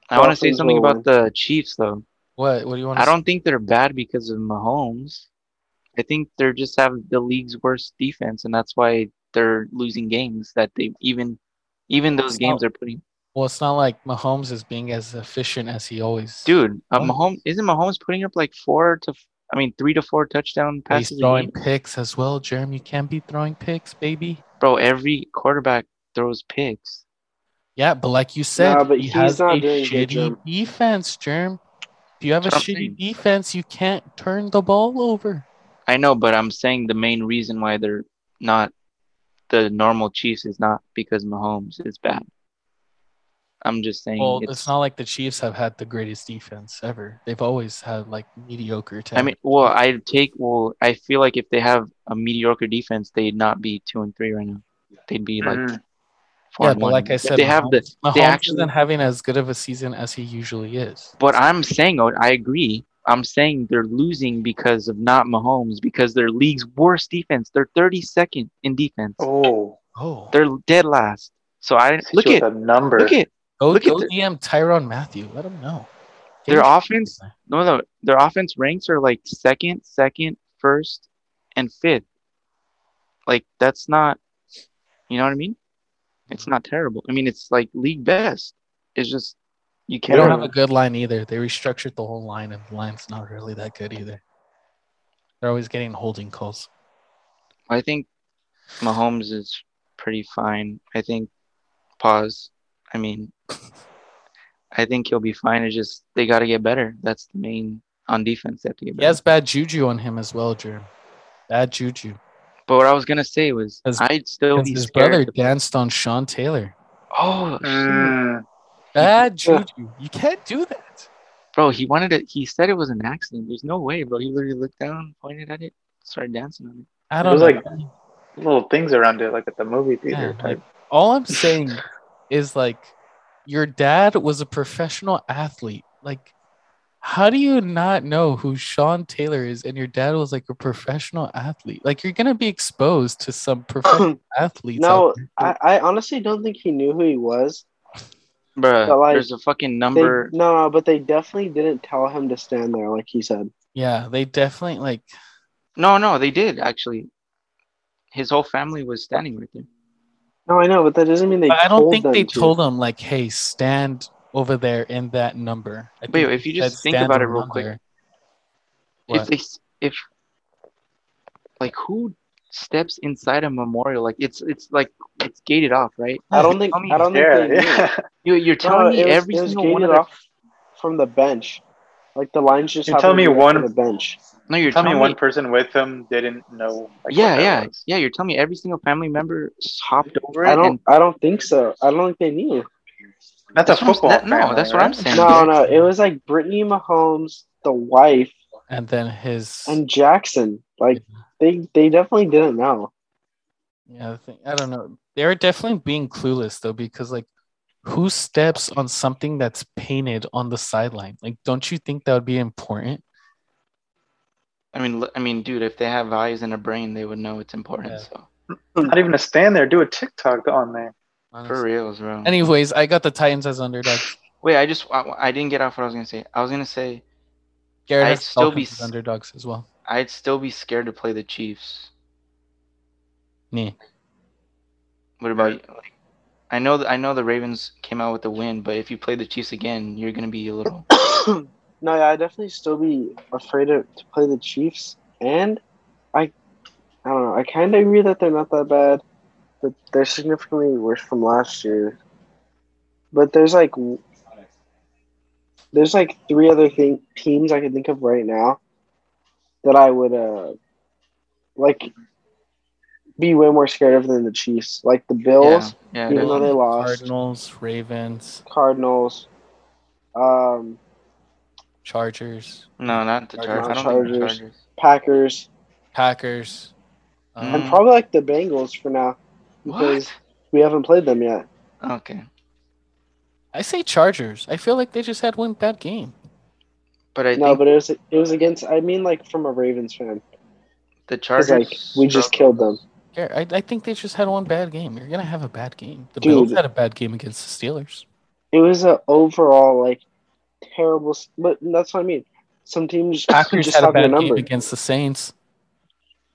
[SPEAKER 1] I want to say
[SPEAKER 2] Dolphins
[SPEAKER 1] something
[SPEAKER 2] will
[SPEAKER 1] about the Chiefs though.
[SPEAKER 3] What? What do you want?
[SPEAKER 1] I don't think they're bad because of Mahomes. I think they're just have the league's worst defense, and that's why they're losing games. That they even, even those
[SPEAKER 3] It's not-
[SPEAKER 1] games they're putting.
[SPEAKER 3] Well, it's not like Mahomes is being as efficient as he always.
[SPEAKER 1] Dude, uh,
[SPEAKER 3] What?
[SPEAKER 1] Mahomes isn't Mahomes putting up like four to, f- I mean, three to four touchdown
[SPEAKER 3] he's
[SPEAKER 1] passes. a
[SPEAKER 3] throwing
[SPEAKER 1] game?
[SPEAKER 3] picks as well. Jeremy can be throwing picks, baby.
[SPEAKER 1] Bro, every quarterback throws picks.
[SPEAKER 3] Yeah, but like you said,
[SPEAKER 2] Nah, but
[SPEAKER 3] he
[SPEAKER 2] he's
[SPEAKER 3] has a
[SPEAKER 2] not doing good,
[SPEAKER 3] shitty
[SPEAKER 2] Jerm.
[SPEAKER 3] defense, Germ. If you have a
[SPEAKER 1] That's what I'm
[SPEAKER 3] shitty
[SPEAKER 1] saying.
[SPEAKER 3] defense, you can't turn the ball over.
[SPEAKER 1] I know, but I'm saying the main reason why they're not the normal Chiefs is not because Mahomes is bad. I'm just saying.
[SPEAKER 3] Well, it's,
[SPEAKER 1] it's,
[SPEAKER 3] not like the Chiefs have had the greatest defense ever. They've always had like mediocre. to
[SPEAKER 1] I mean,
[SPEAKER 3] average
[SPEAKER 1] well,
[SPEAKER 3] defense.
[SPEAKER 1] I take. Well, I feel like if they have a mediocre defense, they'd not be two and three right now. They'd be like
[SPEAKER 4] Mhm.
[SPEAKER 1] four
[SPEAKER 3] yeah,
[SPEAKER 1] and
[SPEAKER 3] but
[SPEAKER 1] one.
[SPEAKER 3] like I
[SPEAKER 1] If
[SPEAKER 3] said,
[SPEAKER 1] they have the.
[SPEAKER 3] Mahomes- Mahomes
[SPEAKER 1] they actually-
[SPEAKER 3] isn't having as good of a season as he usually is.
[SPEAKER 1] But I'm saying, oh, I agree. I'm saying they're losing because of not Mahomes, because their league's worst defense. They're 32nd in defense.
[SPEAKER 4] Oh,
[SPEAKER 3] Oh,
[SPEAKER 1] They're dead last. So I look at
[SPEAKER 4] the number.
[SPEAKER 1] look at
[SPEAKER 3] go,
[SPEAKER 1] look at
[SPEAKER 3] go
[SPEAKER 1] the-
[SPEAKER 3] DM Tyron Matthew. Let him know. Get
[SPEAKER 1] their
[SPEAKER 3] him-
[SPEAKER 1] offense. No, no, their offense ranks are like second, second, first, and fifth. Like that's not, you know what I mean? It's
[SPEAKER 3] Mm-hmm.
[SPEAKER 1] not terrible. I mean, it's like league best. It's just you
[SPEAKER 3] They
[SPEAKER 1] can't.
[SPEAKER 3] don't have a good line either. They restructured the whole line, and the line's not really that good either. They're always getting holding calls.
[SPEAKER 1] I think Mahomes is pretty fine. I think pause. I mean, I think he'll be fine. It's just they got to get better. That's the main on defense. They have to get
[SPEAKER 3] He
[SPEAKER 1] better.
[SPEAKER 3] has bad juju on him as well, Jerm. Bad juju.
[SPEAKER 1] But what I was gonna say was,
[SPEAKER 3] 'Cause-
[SPEAKER 1] I'd still
[SPEAKER 3] 'Cause
[SPEAKER 1] be
[SPEAKER 3] His
[SPEAKER 1] scared.
[SPEAKER 3] brother danced on Sean Taylor.
[SPEAKER 1] Oh, shoot.
[SPEAKER 4] Mm,
[SPEAKER 3] Bad juju. You can't do that.
[SPEAKER 1] Bro, he wanted it. He said it was an accident. There's no way, bro. He literally looked down, pointed at it, started dancing on it.
[SPEAKER 3] I
[SPEAKER 4] It
[SPEAKER 3] don't
[SPEAKER 4] was
[SPEAKER 3] know.
[SPEAKER 4] like- little things around it, like at the movie
[SPEAKER 3] Yeah,
[SPEAKER 4] theater.
[SPEAKER 3] like,
[SPEAKER 4] type.
[SPEAKER 3] all I'm saying is like your dad was a professional athlete. Like how do you not know who Sean Taylor is and your dad was like a professional athlete? Like you're going to be exposed to some professional athletes.
[SPEAKER 2] No,
[SPEAKER 3] out there.
[SPEAKER 2] I, I honestly don't think he knew who he was.
[SPEAKER 1] Bro,
[SPEAKER 2] But, like,
[SPEAKER 1] there's a fucking
[SPEAKER 2] They,
[SPEAKER 1] number.
[SPEAKER 2] no, no, but they definitely didn't tell him to stand there, like he said.
[SPEAKER 3] yeah, they definitely like
[SPEAKER 1] No, no, they did actually. His whole family was standing right there.
[SPEAKER 2] No, I know, but that doesn't mean they.
[SPEAKER 3] but I don't
[SPEAKER 2] told
[SPEAKER 3] think
[SPEAKER 2] them
[SPEAKER 3] they
[SPEAKER 2] to.
[SPEAKER 3] told him like hey, stand over there in that number. I
[SPEAKER 1] Wait,
[SPEAKER 3] think
[SPEAKER 1] if
[SPEAKER 3] they
[SPEAKER 1] you just
[SPEAKER 3] said,
[SPEAKER 1] think
[SPEAKER 3] "Stand
[SPEAKER 1] about it
[SPEAKER 3] around
[SPEAKER 1] real quick."
[SPEAKER 3] there."
[SPEAKER 1] If
[SPEAKER 3] What?
[SPEAKER 1] they, s- if like who steps inside a memorial? Like it's it's like it's gated off, right?
[SPEAKER 2] I don't think.
[SPEAKER 1] Tell me-
[SPEAKER 2] I don't
[SPEAKER 4] yeah,
[SPEAKER 2] think they knew.
[SPEAKER 4] yeah.
[SPEAKER 1] You you're
[SPEAKER 2] No,
[SPEAKER 1] telling me
[SPEAKER 2] it was-
[SPEAKER 1] every
[SPEAKER 2] it was
[SPEAKER 1] single one of
[SPEAKER 2] gated
[SPEAKER 1] their,
[SPEAKER 2] off from the bench. Like the lines just.
[SPEAKER 4] You
[SPEAKER 2] happened
[SPEAKER 4] tell
[SPEAKER 2] to
[SPEAKER 4] me
[SPEAKER 2] be
[SPEAKER 4] one-
[SPEAKER 2] from the bench.
[SPEAKER 1] no, you're
[SPEAKER 4] Tell me
[SPEAKER 1] telling
[SPEAKER 4] one person with him didn't know. Like,
[SPEAKER 1] yeah,
[SPEAKER 4] what that
[SPEAKER 1] yeah,
[SPEAKER 4] was.
[SPEAKER 1] yeah. You're telling me every single family member s- hopped over
[SPEAKER 2] I
[SPEAKER 1] it.
[SPEAKER 2] don't.
[SPEAKER 1] and,
[SPEAKER 2] I don't think so. I don't think they knew.
[SPEAKER 4] That's,
[SPEAKER 1] that's
[SPEAKER 4] a
[SPEAKER 1] what I'm-
[SPEAKER 4] football.
[SPEAKER 1] that- no,
[SPEAKER 4] family,
[SPEAKER 1] that's what
[SPEAKER 4] right?
[SPEAKER 1] I'm saying.
[SPEAKER 2] No, no, it was like Brittany Mahomes, the wife,
[SPEAKER 3] And then his
[SPEAKER 2] and Jackson. Like they, they definitely didn't know.
[SPEAKER 3] Yeah, I, think, I don't know. They're definitely being clueless though, because like, who steps on something that's painted on the sideline? Like, don't you think that would be important?
[SPEAKER 1] I mean, l- I mean, dude, if they have eyes and a brain, they would know it's important.
[SPEAKER 3] Yeah.
[SPEAKER 1] So
[SPEAKER 4] Not even a stand there. Do a TikTok on there.
[SPEAKER 1] for reals, bro.
[SPEAKER 3] Anyways, I got the Titans as underdog.
[SPEAKER 1] Wait, I just I, I didn't get off what I was gonna say. I was gonna say
[SPEAKER 3] Garrett
[SPEAKER 1] I'd
[SPEAKER 3] has
[SPEAKER 1] still be
[SPEAKER 3] Falcons as
[SPEAKER 1] s-
[SPEAKER 3] underdogs as well.
[SPEAKER 1] I'd still be scared to play the Chiefs.
[SPEAKER 3] Me.
[SPEAKER 1] What about you? Like, I know th- I know the Ravens came out with the win, but if you play the Chiefs again, you're gonna be a little.
[SPEAKER 2] no, yeah, I definitely still be afraid of, to play the Chiefs, and I, I don't know. I kind of agree that they're not that bad, but they're significantly worse from last year. But there's like, w- there's like three other thing, teams I can think of right now that I would uh like be way more scared of than the Chiefs, like the
[SPEAKER 1] Yeah,
[SPEAKER 2] Bills,
[SPEAKER 1] yeah.
[SPEAKER 2] even though
[SPEAKER 1] definitely.
[SPEAKER 2] they lost,
[SPEAKER 3] Cardinals, Ravens,
[SPEAKER 2] Cardinals, um,
[SPEAKER 3] Chargers,
[SPEAKER 1] No, not the Chargers. I
[SPEAKER 2] Cardinals,
[SPEAKER 1] don't think the
[SPEAKER 2] Chargers.
[SPEAKER 1] Chargers.
[SPEAKER 2] Packers.
[SPEAKER 3] Packers. Um,
[SPEAKER 2] And probably like the Bengals for now because
[SPEAKER 1] What?
[SPEAKER 2] we haven't played them yet.
[SPEAKER 1] Okay,
[SPEAKER 3] I say Chargers. I feel like they just had one bad game.
[SPEAKER 1] but I
[SPEAKER 2] no,
[SPEAKER 1] think
[SPEAKER 2] but it was it was against. I mean, like from a Ravens fan.
[SPEAKER 1] the
[SPEAKER 2] 'Cause,
[SPEAKER 1] Chargers.
[SPEAKER 2] like we just killed them.
[SPEAKER 3] Garrett, I, I think they just had one bad game. You're gonna have a bad game. The
[SPEAKER 2] Dude.
[SPEAKER 3] Bills had a bad game against the Steelers.
[SPEAKER 2] It was a overall like terrible. s- But that's what I mean. Some teams
[SPEAKER 3] Packers
[SPEAKER 2] just
[SPEAKER 3] had a
[SPEAKER 2] have their
[SPEAKER 3] bad game
[SPEAKER 2] number.
[SPEAKER 3] against the Saints.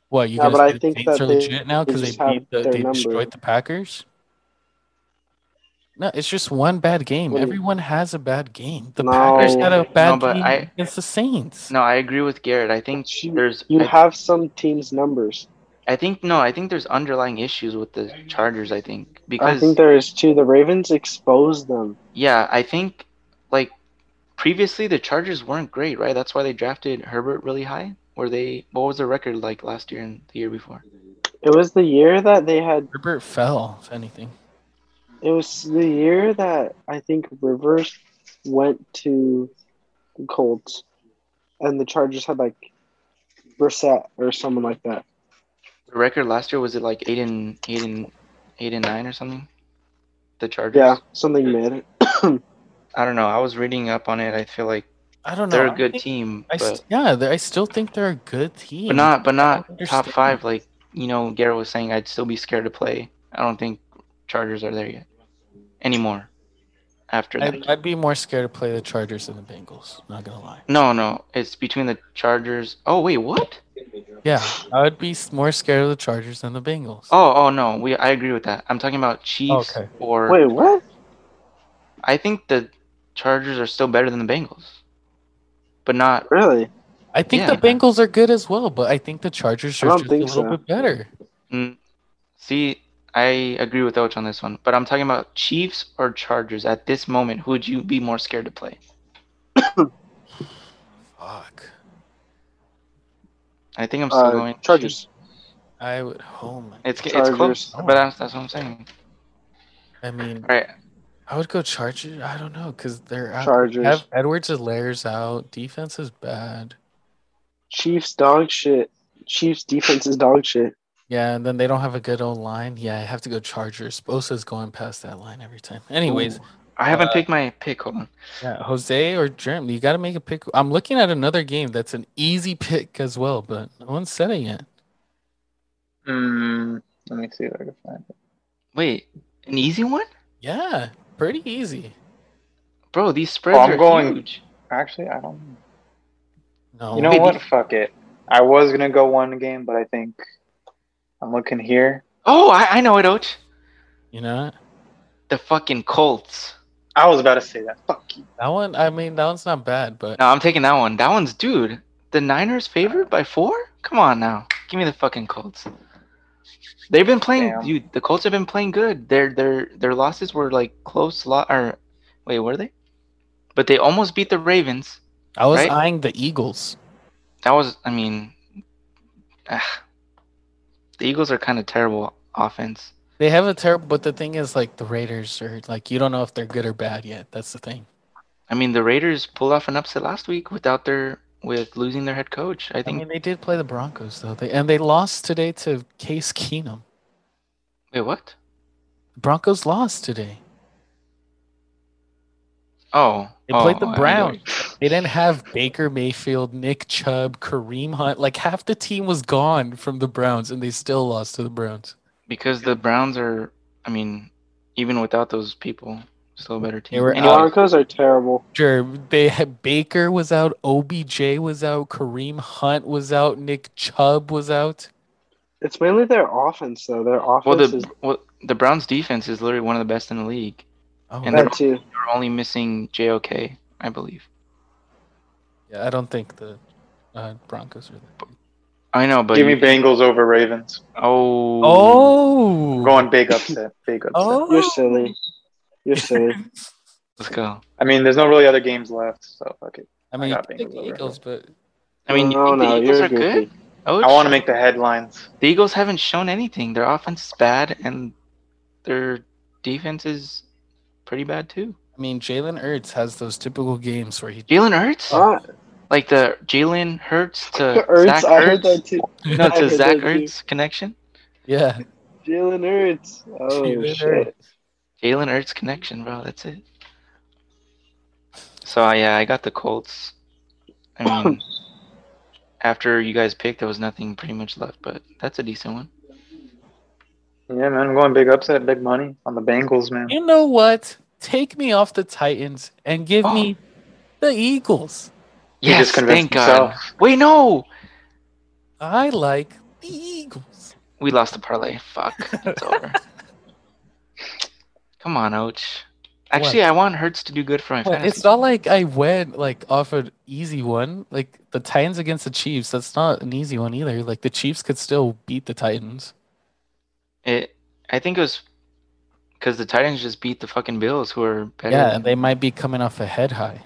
[SPEAKER 3] What you
[SPEAKER 2] Yeah,
[SPEAKER 3] guys
[SPEAKER 2] but I
[SPEAKER 3] the
[SPEAKER 2] think
[SPEAKER 3] Saints
[SPEAKER 2] that
[SPEAKER 3] are
[SPEAKER 2] they-
[SPEAKER 3] legit now
[SPEAKER 2] they
[SPEAKER 3] because
[SPEAKER 2] just
[SPEAKER 3] they
[SPEAKER 2] have
[SPEAKER 3] beat the,
[SPEAKER 2] their
[SPEAKER 3] they
[SPEAKER 2] number.
[SPEAKER 3] destroyed the Packers? No, it's just one bad game.
[SPEAKER 2] What do you-
[SPEAKER 3] Everyone has a bad game. The
[SPEAKER 2] No.
[SPEAKER 3] Packers had
[SPEAKER 1] No,
[SPEAKER 3] a bad
[SPEAKER 1] but
[SPEAKER 3] game
[SPEAKER 1] I-
[SPEAKER 3] against the Saints.
[SPEAKER 1] No, I agree with Garrett. I think
[SPEAKER 2] But you-
[SPEAKER 1] there's
[SPEAKER 2] You
[SPEAKER 1] I,
[SPEAKER 2] have some teams' numbers.
[SPEAKER 1] I think no, I think there's underlying issues with the Chargers, I think.
[SPEAKER 2] I
[SPEAKER 1] Because
[SPEAKER 2] think there is too. The Ravens exposed them.
[SPEAKER 1] yeah, I think like previously the Chargers weren't great, right? That's why they drafted Herbert really high. Were they what was their record like last year and the year before?
[SPEAKER 2] It was the year that they had.
[SPEAKER 3] Herbert fell, if anything.
[SPEAKER 2] It was the year that I think Rivers went to the Colts, and the Chargers had like Brissett or someone like that.
[SPEAKER 1] The record last year was it like eight and eight and eight and nine or something? The Chargers?
[SPEAKER 2] Yeah, something mid.
[SPEAKER 1] I don't know. I was reading up on it. I feel like
[SPEAKER 3] I don't know.
[SPEAKER 1] they're
[SPEAKER 3] I
[SPEAKER 1] a good
[SPEAKER 3] think-
[SPEAKER 1] team,
[SPEAKER 3] I
[SPEAKER 1] but,
[SPEAKER 3] st- yeah, they- I still think they're a good team.
[SPEAKER 1] but not but not
[SPEAKER 3] don't
[SPEAKER 1] top
[SPEAKER 3] understand.
[SPEAKER 1] five. Like you know, Garrett was saying, I'd still be scared to play. I don't think Chargers are there yet anymore. After that,
[SPEAKER 3] I'd, I'd be more scared to play the Chargers than the Bengals. Not gonna lie.
[SPEAKER 1] no, no, it's between the Chargers. Oh wait, what?
[SPEAKER 3] Yeah, I would be s- more scared of the Chargers than the Bengals.
[SPEAKER 1] Oh, oh no, we I agree with that. I'm talking about Chiefs
[SPEAKER 3] Okay.
[SPEAKER 1] or
[SPEAKER 2] Wait, what?
[SPEAKER 1] I think the Chargers are still better than the Bengals, but not.
[SPEAKER 2] Really?
[SPEAKER 3] I think
[SPEAKER 1] yeah.
[SPEAKER 3] the Bengals are good as well, but I think the Chargers
[SPEAKER 2] I
[SPEAKER 3] are
[SPEAKER 2] don't
[SPEAKER 3] just a
[SPEAKER 2] think
[SPEAKER 3] little
[SPEAKER 2] so.
[SPEAKER 3] bit better.
[SPEAKER 1] mm, see, I agree with Oach on this one, but I'm talking about Chiefs or Chargers at this moment. Who would you be more scared to play?
[SPEAKER 3] Fuck.
[SPEAKER 1] I think I'm still
[SPEAKER 2] Uh,
[SPEAKER 1] going
[SPEAKER 2] Chargers.
[SPEAKER 3] I would. Oh my.
[SPEAKER 1] It's it's
[SPEAKER 2] Chargers.
[SPEAKER 1] close, but that's, that's what I'm saying.
[SPEAKER 3] I mean,
[SPEAKER 1] All right,
[SPEAKER 3] I would go Chargers. I don't know because they're out.
[SPEAKER 2] Chargers.
[SPEAKER 3] Have Edwards and Lairs out. Defense is bad.
[SPEAKER 2] Chiefs dog shit. Chiefs defense is dog shit.
[SPEAKER 3] Yeah, and then they don't have a good old line. Yeah, I have to go Chargers. Bosa's going past that line every time. Anyways,
[SPEAKER 1] I haven't
[SPEAKER 3] Uh,
[SPEAKER 1] picked my pick. Hold on.
[SPEAKER 3] yeah, Jose or Jeremy, you got to make a pick. I'm looking at another game that's an easy pick as well, but no one's said it yet.
[SPEAKER 4] Mm, let me see if I can find it.
[SPEAKER 1] Wait, an easy one,
[SPEAKER 3] Yeah, pretty easy.
[SPEAKER 1] bro. These spreads
[SPEAKER 4] Oh, I'm
[SPEAKER 1] are
[SPEAKER 4] going-
[SPEAKER 1] huge.
[SPEAKER 4] Actually, I don't. know.
[SPEAKER 3] No,
[SPEAKER 4] You know
[SPEAKER 1] Maybe-
[SPEAKER 4] what? Fuck it. I was gonna go one game, but I think I'm looking here.
[SPEAKER 1] Oh, I, I know it, Oach.
[SPEAKER 3] you know
[SPEAKER 1] The fucking Colts.
[SPEAKER 4] I was about to say that. Fuck you.
[SPEAKER 3] that one. I mean, that one's not bad, but
[SPEAKER 1] No, I'm taking that one. That one's dude. The Niners favored by four? Come on now, give me the fucking Colts. They've been playing,
[SPEAKER 4] Damn.
[SPEAKER 1] dude. The Colts have been playing good. Their their their losses were like close. Lo- or wait, were they? But they almost beat the Ravens.
[SPEAKER 3] I was
[SPEAKER 1] Right?
[SPEAKER 3] eyeing the Eagles.
[SPEAKER 1] that was I mean ah, the Eagles are kind of terrible offense.
[SPEAKER 3] They have a terrible, but the thing is, like the Raiders are like you don't know if they're good or bad yet. That's the thing.
[SPEAKER 1] I mean the Raiders pulled off an upset last week without their with losing their head coach. I
[SPEAKER 3] I
[SPEAKER 1] think
[SPEAKER 3] mean, they did play the Broncos though, they, and they lost today to Case Keenum.
[SPEAKER 1] wait what?
[SPEAKER 3] Broncos lost today.
[SPEAKER 1] Oh
[SPEAKER 3] They
[SPEAKER 1] oh,
[SPEAKER 3] played the
[SPEAKER 1] I get
[SPEAKER 3] Browns.
[SPEAKER 1] it.
[SPEAKER 3] They didn't have Baker Mayfield, Nick Chubb, Kareem Hunt. Like half the team was gone from the Browns, and they still lost to the Browns.
[SPEAKER 1] because the Browns are I mean even without those people still a better team.
[SPEAKER 3] They were
[SPEAKER 1] Anyway,
[SPEAKER 2] Broncos are terrible.
[SPEAKER 3] Sure, they had Baker was out, OBJ was out, Kareem Hunt was out, Nick Chubb was out.
[SPEAKER 2] It's mainly their offense though. Their offense
[SPEAKER 1] well
[SPEAKER 2] is
[SPEAKER 1] the well, the Browns defense is literally one of the best in the league.
[SPEAKER 3] Oh,
[SPEAKER 1] And
[SPEAKER 2] that too.
[SPEAKER 1] They're only missing JOK, I believe.
[SPEAKER 3] yeah, I don't think the uh, Broncos are there.
[SPEAKER 1] I know, but
[SPEAKER 4] Give me
[SPEAKER 1] you-
[SPEAKER 4] Bengals over Ravens.
[SPEAKER 1] oh
[SPEAKER 3] Oh,
[SPEAKER 4] Going big upset. Big upset.
[SPEAKER 3] Oh,
[SPEAKER 2] You're silly. You're silly.
[SPEAKER 1] let's go.
[SPEAKER 4] I mean, there's no really other games left, so fuck it.
[SPEAKER 3] I mean,
[SPEAKER 4] I
[SPEAKER 3] you
[SPEAKER 4] got
[SPEAKER 3] could pick
[SPEAKER 4] Bengals over
[SPEAKER 3] the Eagles, but
[SPEAKER 1] I mean, you
[SPEAKER 2] no,
[SPEAKER 1] think the
[SPEAKER 2] no,
[SPEAKER 1] Eagles
[SPEAKER 2] you're
[SPEAKER 1] are good?
[SPEAKER 2] goofy.
[SPEAKER 1] Oh,
[SPEAKER 4] I want to
[SPEAKER 1] shit.
[SPEAKER 4] make the headlines.
[SPEAKER 1] the Eagles haven't shown anything. Their offense is bad, and their defense is pretty bad too.
[SPEAKER 3] I mean, Jalen Hurts has those typical games where he.
[SPEAKER 1] Jalen Hurts,
[SPEAKER 2] Ah,
[SPEAKER 1] like the Jalen Hurts to
[SPEAKER 2] Ertz,
[SPEAKER 1] Zach
[SPEAKER 2] I
[SPEAKER 1] Ertz,
[SPEAKER 2] heard that too.
[SPEAKER 1] no,
[SPEAKER 2] I
[SPEAKER 1] to
[SPEAKER 2] heard
[SPEAKER 1] Zach
[SPEAKER 2] that too.
[SPEAKER 1] Ertz connection.
[SPEAKER 3] Yeah.
[SPEAKER 2] Jalen Hurts. Oh
[SPEAKER 3] Jalen
[SPEAKER 2] shit.
[SPEAKER 3] Hurts.
[SPEAKER 1] Jalen Hurts connection, bro. That's it. So uh, yeah, I got the Colts. I mean, after you guys picked, there was nothing pretty much left, but that's a decent one.
[SPEAKER 4] Yeah, man, I'm going big upset, big money on the Bengals, man.
[SPEAKER 3] You know what? Take me off the Titans and give me the Eagles.
[SPEAKER 4] He
[SPEAKER 1] Yes,
[SPEAKER 4] just
[SPEAKER 1] thank
[SPEAKER 4] convinced
[SPEAKER 1] God. Wait, no.
[SPEAKER 3] I like the the Eagles.
[SPEAKER 1] We lost the parlay. Fuck. It's over. Come on, Ouch. Actually, I want Hertz to do good for my
[SPEAKER 3] Well,
[SPEAKER 1] fantasy.
[SPEAKER 3] it's not like I went like off an easy one. Like the Titans against the Chiefs, that's not an easy one either. Like the Chiefs could still beat the Titans.
[SPEAKER 1] It, I think it was because the Titans just beat the fucking Bills, who are better.
[SPEAKER 3] Yeah,
[SPEAKER 1] than-
[SPEAKER 3] and they might be coming off a head high.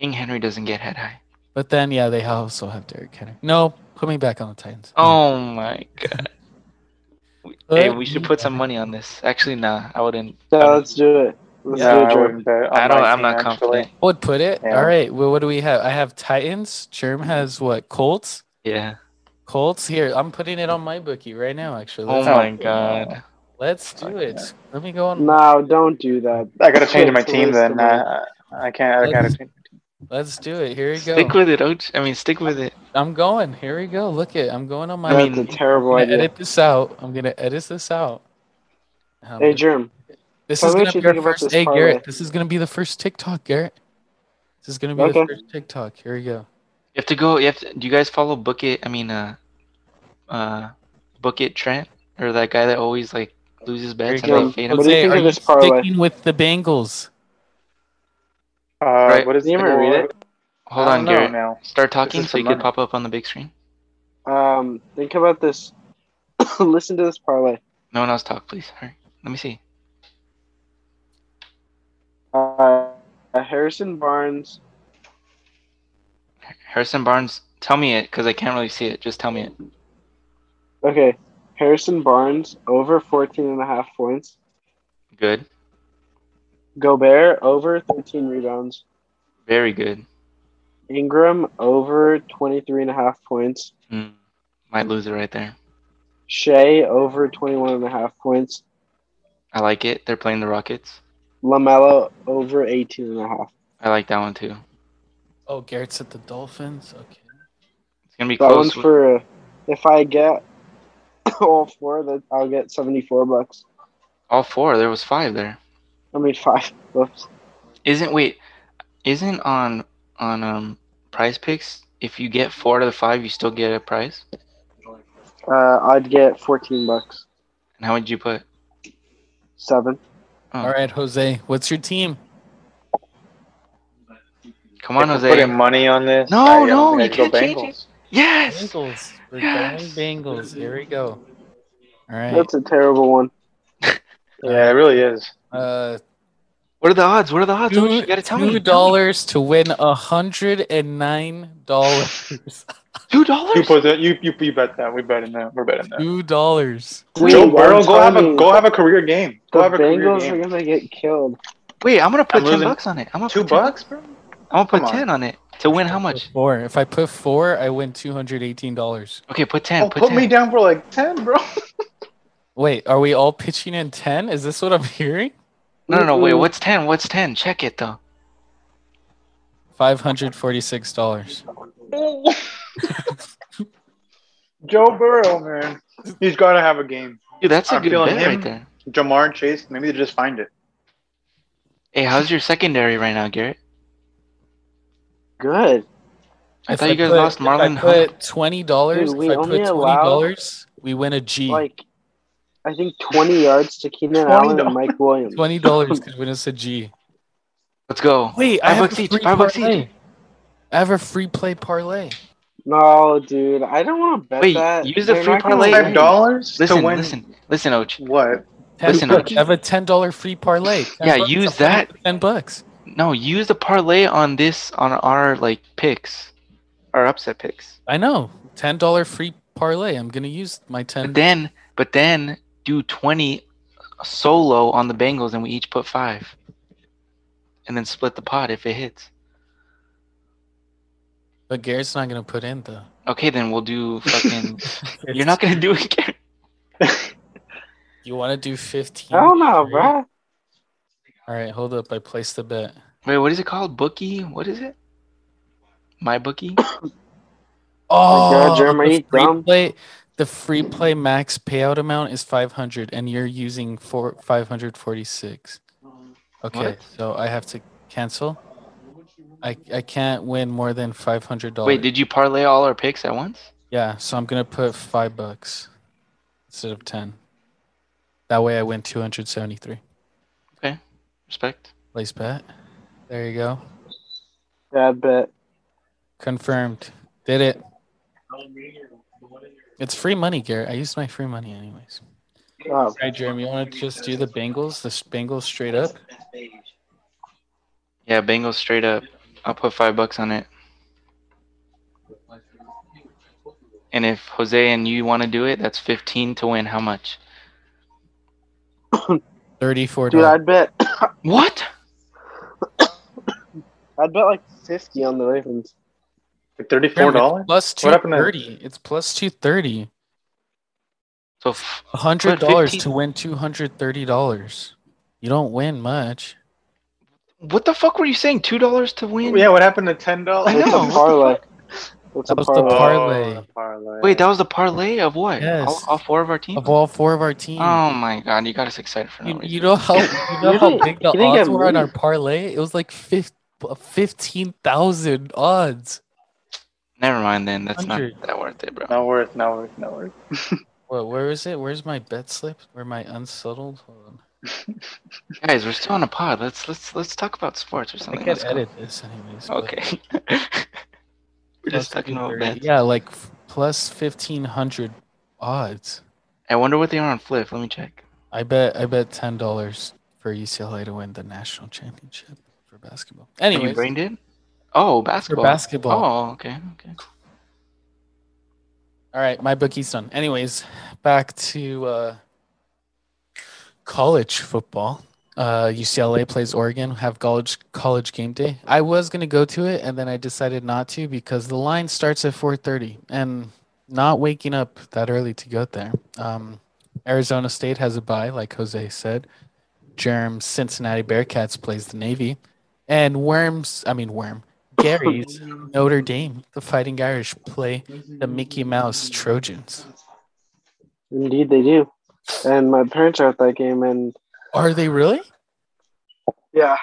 [SPEAKER 1] King Henry doesn't get head high.
[SPEAKER 3] But then yeah, they also have Derrick Henry. No, put me back on the Titans.
[SPEAKER 1] Oh my god. We-
[SPEAKER 3] Put
[SPEAKER 1] hey, we should put some
[SPEAKER 3] me
[SPEAKER 1] money on this. Actually, nah, I wouldn't.
[SPEAKER 2] Yeah,
[SPEAKER 1] I don't-
[SPEAKER 2] let's do it. Let's
[SPEAKER 4] Yeah,
[SPEAKER 2] do it,
[SPEAKER 4] I
[SPEAKER 2] Jordan.
[SPEAKER 4] wouldn't bet. on
[SPEAKER 1] I don't.
[SPEAKER 4] my
[SPEAKER 1] I'm
[SPEAKER 4] team,
[SPEAKER 1] not
[SPEAKER 4] actually.
[SPEAKER 1] confident.
[SPEAKER 3] I would put it.
[SPEAKER 4] Yeah.
[SPEAKER 3] All right. Well, what do we have? I have Titans. Germ has what? Colts.
[SPEAKER 1] Yeah.
[SPEAKER 3] Colts. Here, I'm putting it on my bookie right now. Actually,
[SPEAKER 1] Oh
[SPEAKER 3] let's,
[SPEAKER 2] Um,
[SPEAKER 1] my
[SPEAKER 4] no.
[SPEAKER 1] god.
[SPEAKER 3] let's do
[SPEAKER 4] Okay.
[SPEAKER 3] it. Let me go on.
[SPEAKER 2] No, don't do that.
[SPEAKER 4] I gotta change my
[SPEAKER 2] It's a
[SPEAKER 4] team
[SPEAKER 2] waste of
[SPEAKER 4] then.
[SPEAKER 2] money.
[SPEAKER 4] I, I I can't. I gotta
[SPEAKER 3] Let's-
[SPEAKER 4] change.
[SPEAKER 3] Let's do it. Here we go.
[SPEAKER 1] Stick with it, Oach. I mean, stick with it.
[SPEAKER 3] I'm going. Here we go. Look it. I'm going on my.
[SPEAKER 1] I mean,
[SPEAKER 2] That's a terrible
[SPEAKER 3] I'm gonna
[SPEAKER 2] idea.
[SPEAKER 3] edit this out. I'm gonna edit this out. Um,
[SPEAKER 2] Hey, Germ.
[SPEAKER 3] this
[SPEAKER 2] tell
[SPEAKER 3] is
[SPEAKER 2] me
[SPEAKER 3] gonna
[SPEAKER 2] what you
[SPEAKER 3] be our
[SPEAKER 2] think about
[SPEAKER 3] first.
[SPEAKER 2] this
[SPEAKER 3] Hey,
[SPEAKER 2] parlay.
[SPEAKER 3] Garrett. This is gonna be the first TikTok, Garrett. This is gonna be
[SPEAKER 2] Okay.
[SPEAKER 3] the first TikTok. Here we go.
[SPEAKER 1] You have to go. You have to, do you guys follow Book It? I mean, uh, uh, Book It Trent or that guy that always like loses bets
[SPEAKER 3] you
[SPEAKER 1] and they
[SPEAKER 2] go.
[SPEAKER 1] fade
[SPEAKER 2] What
[SPEAKER 1] him.
[SPEAKER 2] do you
[SPEAKER 3] Jose,
[SPEAKER 2] think
[SPEAKER 3] are
[SPEAKER 2] of
[SPEAKER 3] you
[SPEAKER 2] this parlay?
[SPEAKER 3] sticking with the Bengals?
[SPEAKER 4] Uh,
[SPEAKER 1] Right.
[SPEAKER 4] What is
[SPEAKER 2] Can you even read it?
[SPEAKER 1] Hold on,
[SPEAKER 4] I don't know
[SPEAKER 1] Garrett.
[SPEAKER 4] Now.
[SPEAKER 1] Start talking
[SPEAKER 4] is
[SPEAKER 1] so
[SPEAKER 4] for
[SPEAKER 1] you can
[SPEAKER 4] money.
[SPEAKER 1] pop up on the big screen.
[SPEAKER 2] Um, think about this. Listen to this parlay.
[SPEAKER 1] No one else talk, please. All right. Let me see.
[SPEAKER 2] Uh, Harrison Barnes.
[SPEAKER 1] Harrison Barnes, tell me it because I can't really see it. Just tell me it.
[SPEAKER 2] Okay, Harrison Barnes over 14 and a half points.
[SPEAKER 1] Good.
[SPEAKER 2] Gobert over 13 rebounds.
[SPEAKER 1] Very good.
[SPEAKER 2] Ingram over 23 and a half points.
[SPEAKER 1] Mm. Might lose it right there.
[SPEAKER 2] Shea over 21 and a half points.
[SPEAKER 1] I like it. They're playing the Rockets.
[SPEAKER 2] LaMelo over 18 and a half.
[SPEAKER 1] I like that one too.
[SPEAKER 3] Oh, Garrett's at the Dolphins. Okay.
[SPEAKER 1] It's gonna be
[SPEAKER 2] That
[SPEAKER 1] close.
[SPEAKER 2] one's for uh, if I get all four, that I'll get 74 bucks.
[SPEAKER 1] All four. There was five there.
[SPEAKER 2] I mean, five. Whoops.
[SPEAKER 1] Isn't wait? Isn't on on um Prize Picks? If you get four out of the five, you still get a prize.
[SPEAKER 2] Uh, I'd get 14 bucks.
[SPEAKER 1] And how would you put?
[SPEAKER 2] Seven.
[SPEAKER 1] Oh.
[SPEAKER 3] All right, Jose. What's your team?
[SPEAKER 1] Come on,
[SPEAKER 4] If we're Putting
[SPEAKER 1] Jose.
[SPEAKER 4] money on this.
[SPEAKER 1] No,
[SPEAKER 4] I don't
[SPEAKER 1] no,
[SPEAKER 4] think
[SPEAKER 1] you
[SPEAKER 4] I'd go
[SPEAKER 1] can't change it.
[SPEAKER 4] Bengals.
[SPEAKER 1] Yes.
[SPEAKER 3] Bengals. We're
[SPEAKER 1] Yes.
[SPEAKER 3] going Bengals. Here we go. All right.
[SPEAKER 2] That's a terrible one.
[SPEAKER 4] Yeah, it really is.
[SPEAKER 3] Uh,
[SPEAKER 1] What are the odds? What are the odds?
[SPEAKER 3] two,
[SPEAKER 1] Osh? you gotta tell
[SPEAKER 3] two
[SPEAKER 1] me.
[SPEAKER 3] dollars to win a hundred and nine dollars.
[SPEAKER 1] Two
[SPEAKER 4] You
[SPEAKER 1] dollars.
[SPEAKER 4] put that. You you you bet that. We bet in that. We're betting that.
[SPEAKER 3] two dollars.
[SPEAKER 2] Dude,
[SPEAKER 4] Joe
[SPEAKER 2] I'm
[SPEAKER 4] Burrow, go have
[SPEAKER 2] telling
[SPEAKER 4] a
[SPEAKER 2] you,
[SPEAKER 4] go have a career game.
[SPEAKER 2] The
[SPEAKER 4] Go have a career
[SPEAKER 2] Bengals
[SPEAKER 4] game.
[SPEAKER 2] are gonna get killed.
[SPEAKER 1] Wait, I'm gonna put
[SPEAKER 4] I'm
[SPEAKER 1] ten
[SPEAKER 4] losing.
[SPEAKER 1] bucks on it. I'm gonna
[SPEAKER 4] Two
[SPEAKER 1] put 10
[SPEAKER 4] bucks, bro.
[SPEAKER 1] I'm gonna
[SPEAKER 4] Come
[SPEAKER 1] put
[SPEAKER 4] on.
[SPEAKER 1] ten on it to win. How much?
[SPEAKER 3] Four. If I put four, I win two hundred eighteen dollars.
[SPEAKER 1] Okay, put ten.
[SPEAKER 4] Oh,
[SPEAKER 1] put
[SPEAKER 4] put
[SPEAKER 1] 10.
[SPEAKER 4] me down for like ten, bro.
[SPEAKER 3] Wait, are we all pitching in ten? Is this what I'm hearing?
[SPEAKER 1] No, no, no. Wait,
[SPEAKER 2] Mm-mm.
[SPEAKER 1] what's ten? What's ten? Check it though.
[SPEAKER 3] Five hundred forty-six dollars.
[SPEAKER 4] Joe Burrow, man. He's got to have a game.
[SPEAKER 1] Dude, that's a
[SPEAKER 4] I'm
[SPEAKER 1] good
[SPEAKER 4] feeling
[SPEAKER 1] bet right
[SPEAKER 4] him.
[SPEAKER 1] there.
[SPEAKER 4] Jamar Chase, maybe they just find it.
[SPEAKER 1] Hey, how's your secondary right now, Garrett?
[SPEAKER 2] Good.
[SPEAKER 1] I thought you guys lost Marlon
[SPEAKER 3] If I put twenty dollars,
[SPEAKER 2] Dude,
[SPEAKER 3] if I
[SPEAKER 2] we
[SPEAKER 3] put
[SPEAKER 2] only
[SPEAKER 3] twenty
[SPEAKER 2] allow-
[SPEAKER 3] dollars, we win a G.
[SPEAKER 2] Like, I think 20 yards to Keenan Allen and Mike Williams.
[SPEAKER 3] Twenty dollars could win us a G.
[SPEAKER 1] Let's go.
[SPEAKER 3] Wait,
[SPEAKER 1] Five bucks each, five bucks each.
[SPEAKER 3] I have a free play parlay.
[SPEAKER 2] No, dude, I don't want to bet
[SPEAKER 1] Wait,
[SPEAKER 2] that.
[SPEAKER 1] use the
[SPEAKER 2] They're
[SPEAKER 1] free
[SPEAKER 2] not gonna
[SPEAKER 1] parlay.
[SPEAKER 4] Five
[SPEAKER 2] win.
[SPEAKER 4] dollars to
[SPEAKER 1] Listen,
[SPEAKER 4] win.
[SPEAKER 1] listen, listen, Oach.
[SPEAKER 4] What?
[SPEAKER 3] Ten
[SPEAKER 1] Listen,
[SPEAKER 3] bucks.
[SPEAKER 1] Ochi.
[SPEAKER 3] I have a ten dollar free parlay. Ten
[SPEAKER 1] Yeah,
[SPEAKER 3] bucks,
[SPEAKER 1] use
[SPEAKER 3] I'm playing
[SPEAKER 1] that.
[SPEAKER 3] for Ten bucks.
[SPEAKER 1] No, use the parlay on this on our like picks, our upset picks.
[SPEAKER 3] I know. Ten dollar free parlay. I'm gonna use my ten.
[SPEAKER 1] But then, but then do twenty solo on the Bengals, and we each put five, and then split the pot if it hits.
[SPEAKER 3] But Garrett's not gonna put in the.
[SPEAKER 1] Okay, then we'll do fucking. You're not gonna do it, Garrett.
[SPEAKER 3] You want to do fifteen?
[SPEAKER 2] I don't know, bro.
[SPEAKER 3] All right, hold up. I placed the bet.
[SPEAKER 1] Wait, what is it called? Bookie? What is it? My bookie?
[SPEAKER 2] God,
[SPEAKER 3] Oh,
[SPEAKER 2] Jeremy,
[SPEAKER 3] the
[SPEAKER 2] you
[SPEAKER 3] free
[SPEAKER 2] dumb.
[SPEAKER 3] play. The free play max payout amount is five hundred, and you're using four five hundred forty six. Okay,
[SPEAKER 1] What?
[SPEAKER 3] so I have to cancel. I I can't win more than five hundred dollars.
[SPEAKER 1] Wait, did you parlay all our picks at once?
[SPEAKER 3] Yeah, so I'm gonna put five bucks instead of ten. That way I win two hundred seventy three.
[SPEAKER 1] Respect.
[SPEAKER 3] Place bet. There you go.
[SPEAKER 2] Bad bet.
[SPEAKER 3] Confirmed. Did it. It's free money, Garrett. I used my free money anyways.
[SPEAKER 2] Oh,
[SPEAKER 3] All right, Jeremy, you want to just do the Bengals? The s- Bengals straight up.
[SPEAKER 1] Yeah, Bengals straight up. I'll put five bucks on it. And if Jose and you want to do it, that's fifteen to win. How much?
[SPEAKER 3] Thirty-four.
[SPEAKER 2] dude, I'd bet.
[SPEAKER 1] What?
[SPEAKER 2] I'd bet like fifty on the Ravens.
[SPEAKER 4] Like thirty-four dollars.
[SPEAKER 3] Plus two
[SPEAKER 4] What happened to-
[SPEAKER 3] thirty. It's plus two thirty.
[SPEAKER 1] So f-
[SPEAKER 3] A hundred dollars
[SPEAKER 1] 15
[SPEAKER 3] to win two hundred thirty dollars. You don't win much.
[SPEAKER 1] what the fuck were you saying? Two dollars to win?
[SPEAKER 4] Yeah, what happened to ten
[SPEAKER 1] I
[SPEAKER 4] dollars?
[SPEAKER 2] It's
[SPEAKER 1] know.
[SPEAKER 2] a parlay. It's a
[SPEAKER 3] That was the
[SPEAKER 2] parlay.
[SPEAKER 3] par- Parlay.
[SPEAKER 4] Oh, parlay.
[SPEAKER 1] Wait, that was the parlay of what?
[SPEAKER 3] Yes.
[SPEAKER 1] All, all four of our teams.
[SPEAKER 3] Of all four of our teams.
[SPEAKER 1] Oh my god, you got us excited for no
[SPEAKER 3] You,
[SPEAKER 1] reason.
[SPEAKER 3] you know how you know
[SPEAKER 2] You
[SPEAKER 3] how
[SPEAKER 2] didn't-
[SPEAKER 3] big the
[SPEAKER 2] you didn't get
[SPEAKER 3] odds were on
[SPEAKER 2] me.
[SPEAKER 3] our parlay? It was like fif- fifteen thousand odds.
[SPEAKER 1] Never mind then. That's
[SPEAKER 3] Hundred.
[SPEAKER 1] not that worth it, bro.
[SPEAKER 4] not worth, not worth, not worth.
[SPEAKER 3] What? Where is it? Where's my bet slip? Where my unsettled? Hold on.
[SPEAKER 1] Guys, we're still on a pod. Let's let's let's talk about sports or
[SPEAKER 3] I
[SPEAKER 1] something.
[SPEAKER 3] can
[SPEAKER 1] Let's go.
[SPEAKER 3] edit this anyways. but
[SPEAKER 1] Okay. we're
[SPEAKER 3] plus
[SPEAKER 1] just talking about
[SPEAKER 3] 230.
[SPEAKER 1] bets.
[SPEAKER 3] Yeah, like f- plus fifteen hundred odds.
[SPEAKER 1] I wonder what they are on Flip. Let me check.
[SPEAKER 3] I bet I bet ten dollars for UCLA to win the national championship for basketball.
[SPEAKER 1] Anyway, you
[SPEAKER 3] Anyways,
[SPEAKER 1] brain dead? Oh,
[SPEAKER 3] for
[SPEAKER 1] basketball.
[SPEAKER 3] basketball.
[SPEAKER 1] Oh, okay, okay.
[SPEAKER 3] All right, my bookie's done. Anyways, back to uh, college football. Uh, UCLA plays Oregon. Have college college game day. I was gonna go to it, and then I decided not to because the line starts at 4:30, and not waking up that early to go there. Um, Arizona State has a bye, like Jose said. Germ Cincinnati Bearcats plays the Navy, and Worms. I mean Worm Gary's Notre Dame, the Fighting Irish, play the Mickey Mouse Trojans.
[SPEAKER 2] Indeed, they do. And my parents are at that game, and
[SPEAKER 3] Are they really?
[SPEAKER 2] yeah,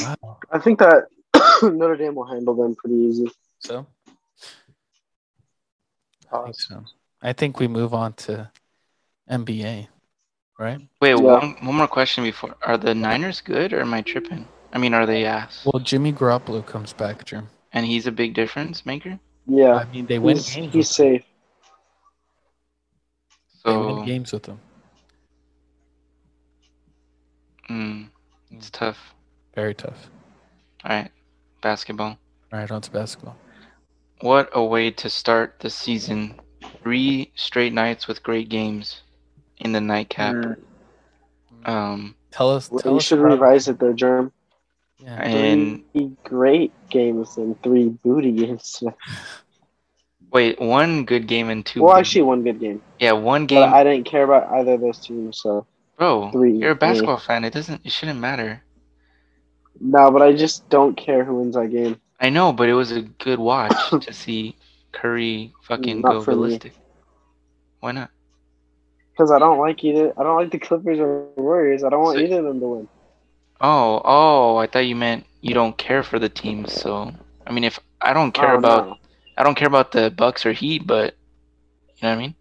[SPEAKER 3] Wow.
[SPEAKER 2] I think that Notre Dame will handle them pretty easy.
[SPEAKER 3] So I think
[SPEAKER 4] Pause.
[SPEAKER 3] so. I think we move on to NBA, right?
[SPEAKER 1] Wait,
[SPEAKER 2] Yeah.
[SPEAKER 1] one, one more question before. Are the Niners good or am I tripping? I mean, are they ass?
[SPEAKER 3] Well, Jimmy Garoppolo comes back, Jim.
[SPEAKER 1] and he's a big difference maker.
[SPEAKER 2] Yeah,
[SPEAKER 3] I mean, Uh, they win
[SPEAKER 2] he's,
[SPEAKER 3] games.
[SPEAKER 2] he's
[SPEAKER 3] with him.
[SPEAKER 2] safe.
[SPEAKER 3] They
[SPEAKER 1] So
[SPEAKER 3] win games with them.
[SPEAKER 1] mm, it's tough.
[SPEAKER 3] Very tough.
[SPEAKER 1] All right, basketball.
[SPEAKER 3] All right, on to basketball.
[SPEAKER 1] What a way to start the season! Three straight nights with great games in the nightcap.
[SPEAKER 4] Mm.
[SPEAKER 2] Mm.
[SPEAKER 1] Um,
[SPEAKER 3] Tell us. Tell
[SPEAKER 2] you
[SPEAKER 3] us
[SPEAKER 2] should
[SPEAKER 3] about-
[SPEAKER 2] revise it, though, Germ.
[SPEAKER 3] Yeah.
[SPEAKER 1] and
[SPEAKER 2] Three great games and three booty games.
[SPEAKER 1] wait, one good game and two.
[SPEAKER 2] Well,
[SPEAKER 1] bad.
[SPEAKER 2] actually, one good game.
[SPEAKER 1] yeah, one
[SPEAKER 2] But
[SPEAKER 1] game.
[SPEAKER 2] I didn't care about either of those teams, so
[SPEAKER 1] bro,
[SPEAKER 2] three,
[SPEAKER 1] you're a
[SPEAKER 2] yeah.
[SPEAKER 1] basketball fan. It doesn't. It shouldn't matter.
[SPEAKER 2] no. But I just don't care who wins that game.
[SPEAKER 1] I know, but it was a good watch to see Curry fucking
[SPEAKER 2] Not
[SPEAKER 1] go
[SPEAKER 2] for me.
[SPEAKER 1] ballistic. Why not?
[SPEAKER 2] Because I don't like either. I don't like the Clippers or Warriors. I don't want
[SPEAKER 1] So-
[SPEAKER 2] either of them to win.
[SPEAKER 1] Oh, oh, I thought you meant you don't care for the teams. So, I mean, if I don't care
[SPEAKER 2] Oh,
[SPEAKER 1] about,
[SPEAKER 2] no.
[SPEAKER 1] I don't care about the Bucks or Heat, but you know what I mean.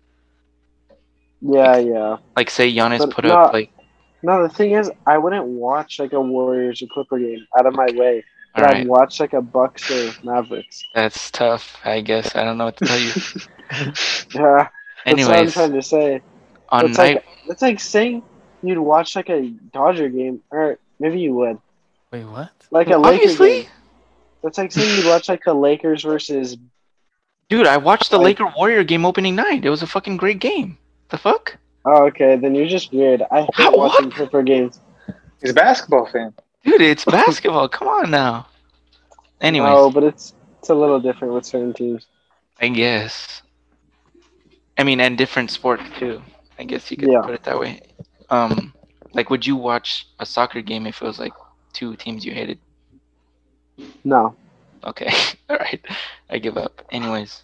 [SPEAKER 2] Yeah, yeah.
[SPEAKER 1] Like, say Giannis
[SPEAKER 2] But
[SPEAKER 1] put
[SPEAKER 2] no,
[SPEAKER 1] up like,
[SPEAKER 2] No, the thing is, I wouldn't watch like a Warriors or Clipper game out of my way,
[SPEAKER 1] all
[SPEAKER 2] but
[SPEAKER 1] right,
[SPEAKER 2] I'd watch like a Bucks or Mavericks.
[SPEAKER 1] that's tough. I guess I don't know what to tell you.
[SPEAKER 2] Yeah, that's what I'm
[SPEAKER 1] Anyways,
[SPEAKER 2] trying to say.
[SPEAKER 1] on
[SPEAKER 2] It's like
[SPEAKER 1] night,
[SPEAKER 2] that's like saying you'd watch like a Dodger game, or maybe you would,
[SPEAKER 3] Wait, what?
[SPEAKER 2] like a Lakers
[SPEAKER 1] obviously,
[SPEAKER 2] game. That's like saying you'd watch like the Lakers versus.
[SPEAKER 1] dude, I watched the
[SPEAKER 2] Like-
[SPEAKER 1] Laker Warrior game opening night. It was a fucking great game. The fuck,
[SPEAKER 2] Oh, okay, then you're just weird. I hate
[SPEAKER 1] What?
[SPEAKER 2] watching Clipper games.
[SPEAKER 4] He's a basketball fan.
[SPEAKER 1] dude, it's basketball. Come on now. Anyways,
[SPEAKER 2] No, but it's it's a little different with certain teams.
[SPEAKER 1] I guess. I mean, and different sports too. I guess you could
[SPEAKER 2] Yeah.
[SPEAKER 1] put it that way. Um, like, would you watch a soccer game if it was like two teams you hated?
[SPEAKER 2] No,
[SPEAKER 1] Okay, all right, I give up. Anyways,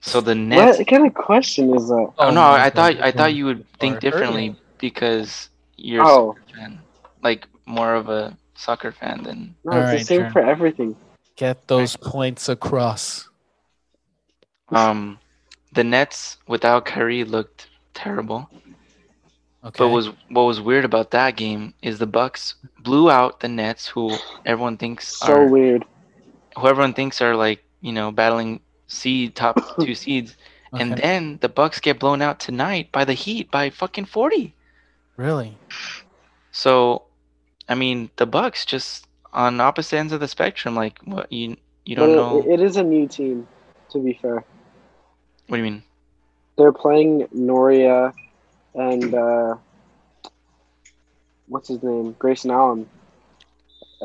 [SPEAKER 1] so the Nets.
[SPEAKER 2] what kind of question is that?
[SPEAKER 1] Oh, no,
[SPEAKER 3] my
[SPEAKER 1] I thought
[SPEAKER 3] God.
[SPEAKER 1] I thought you would think
[SPEAKER 3] Or-
[SPEAKER 1] differently because you're a
[SPEAKER 2] Oh,
[SPEAKER 1] soccer fan, like more of a soccer fan than.
[SPEAKER 2] no,
[SPEAKER 3] All
[SPEAKER 2] it's
[SPEAKER 3] right,
[SPEAKER 2] the same
[SPEAKER 3] Jeremy.
[SPEAKER 2] for everything.
[SPEAKER 3] get those points across.
[SPEAKER 1] Um, the Nets without Kyrie looked terrible.
[SPEAKER 3] Okay.
[SPEAKER 1] But was what was weird about that game is the Bucks blew out the Nets, who everyone thinks
[SPEAKER 2] So
[SPEAKER 1] are
[SPEAKER 2] weird.
[SPEAKER 1] who everyone thinks are like you know battling seed top two seeds, and
[SPEAKER 3] Okay.
[SPEAKER 1] then the Bucks get blown out tonight by the Heat by fucking forty.
[SPEAKER 3] really?
[SPEAKER 1] So, I mean, the Bucks just on opposite ends of the spectrum. Like, what you you
[SPEAKER 2] But
[SPEAKER 1] don't
[SPEAKER 2] it-
[SPEAKER 1] know?
[SPEAKER 2] it is a new team, to be fair.
[SPEAKER 1] What do you mean?
[SPEAKER 2] They're playing Noria and uh, what's his name? Grayson Allen.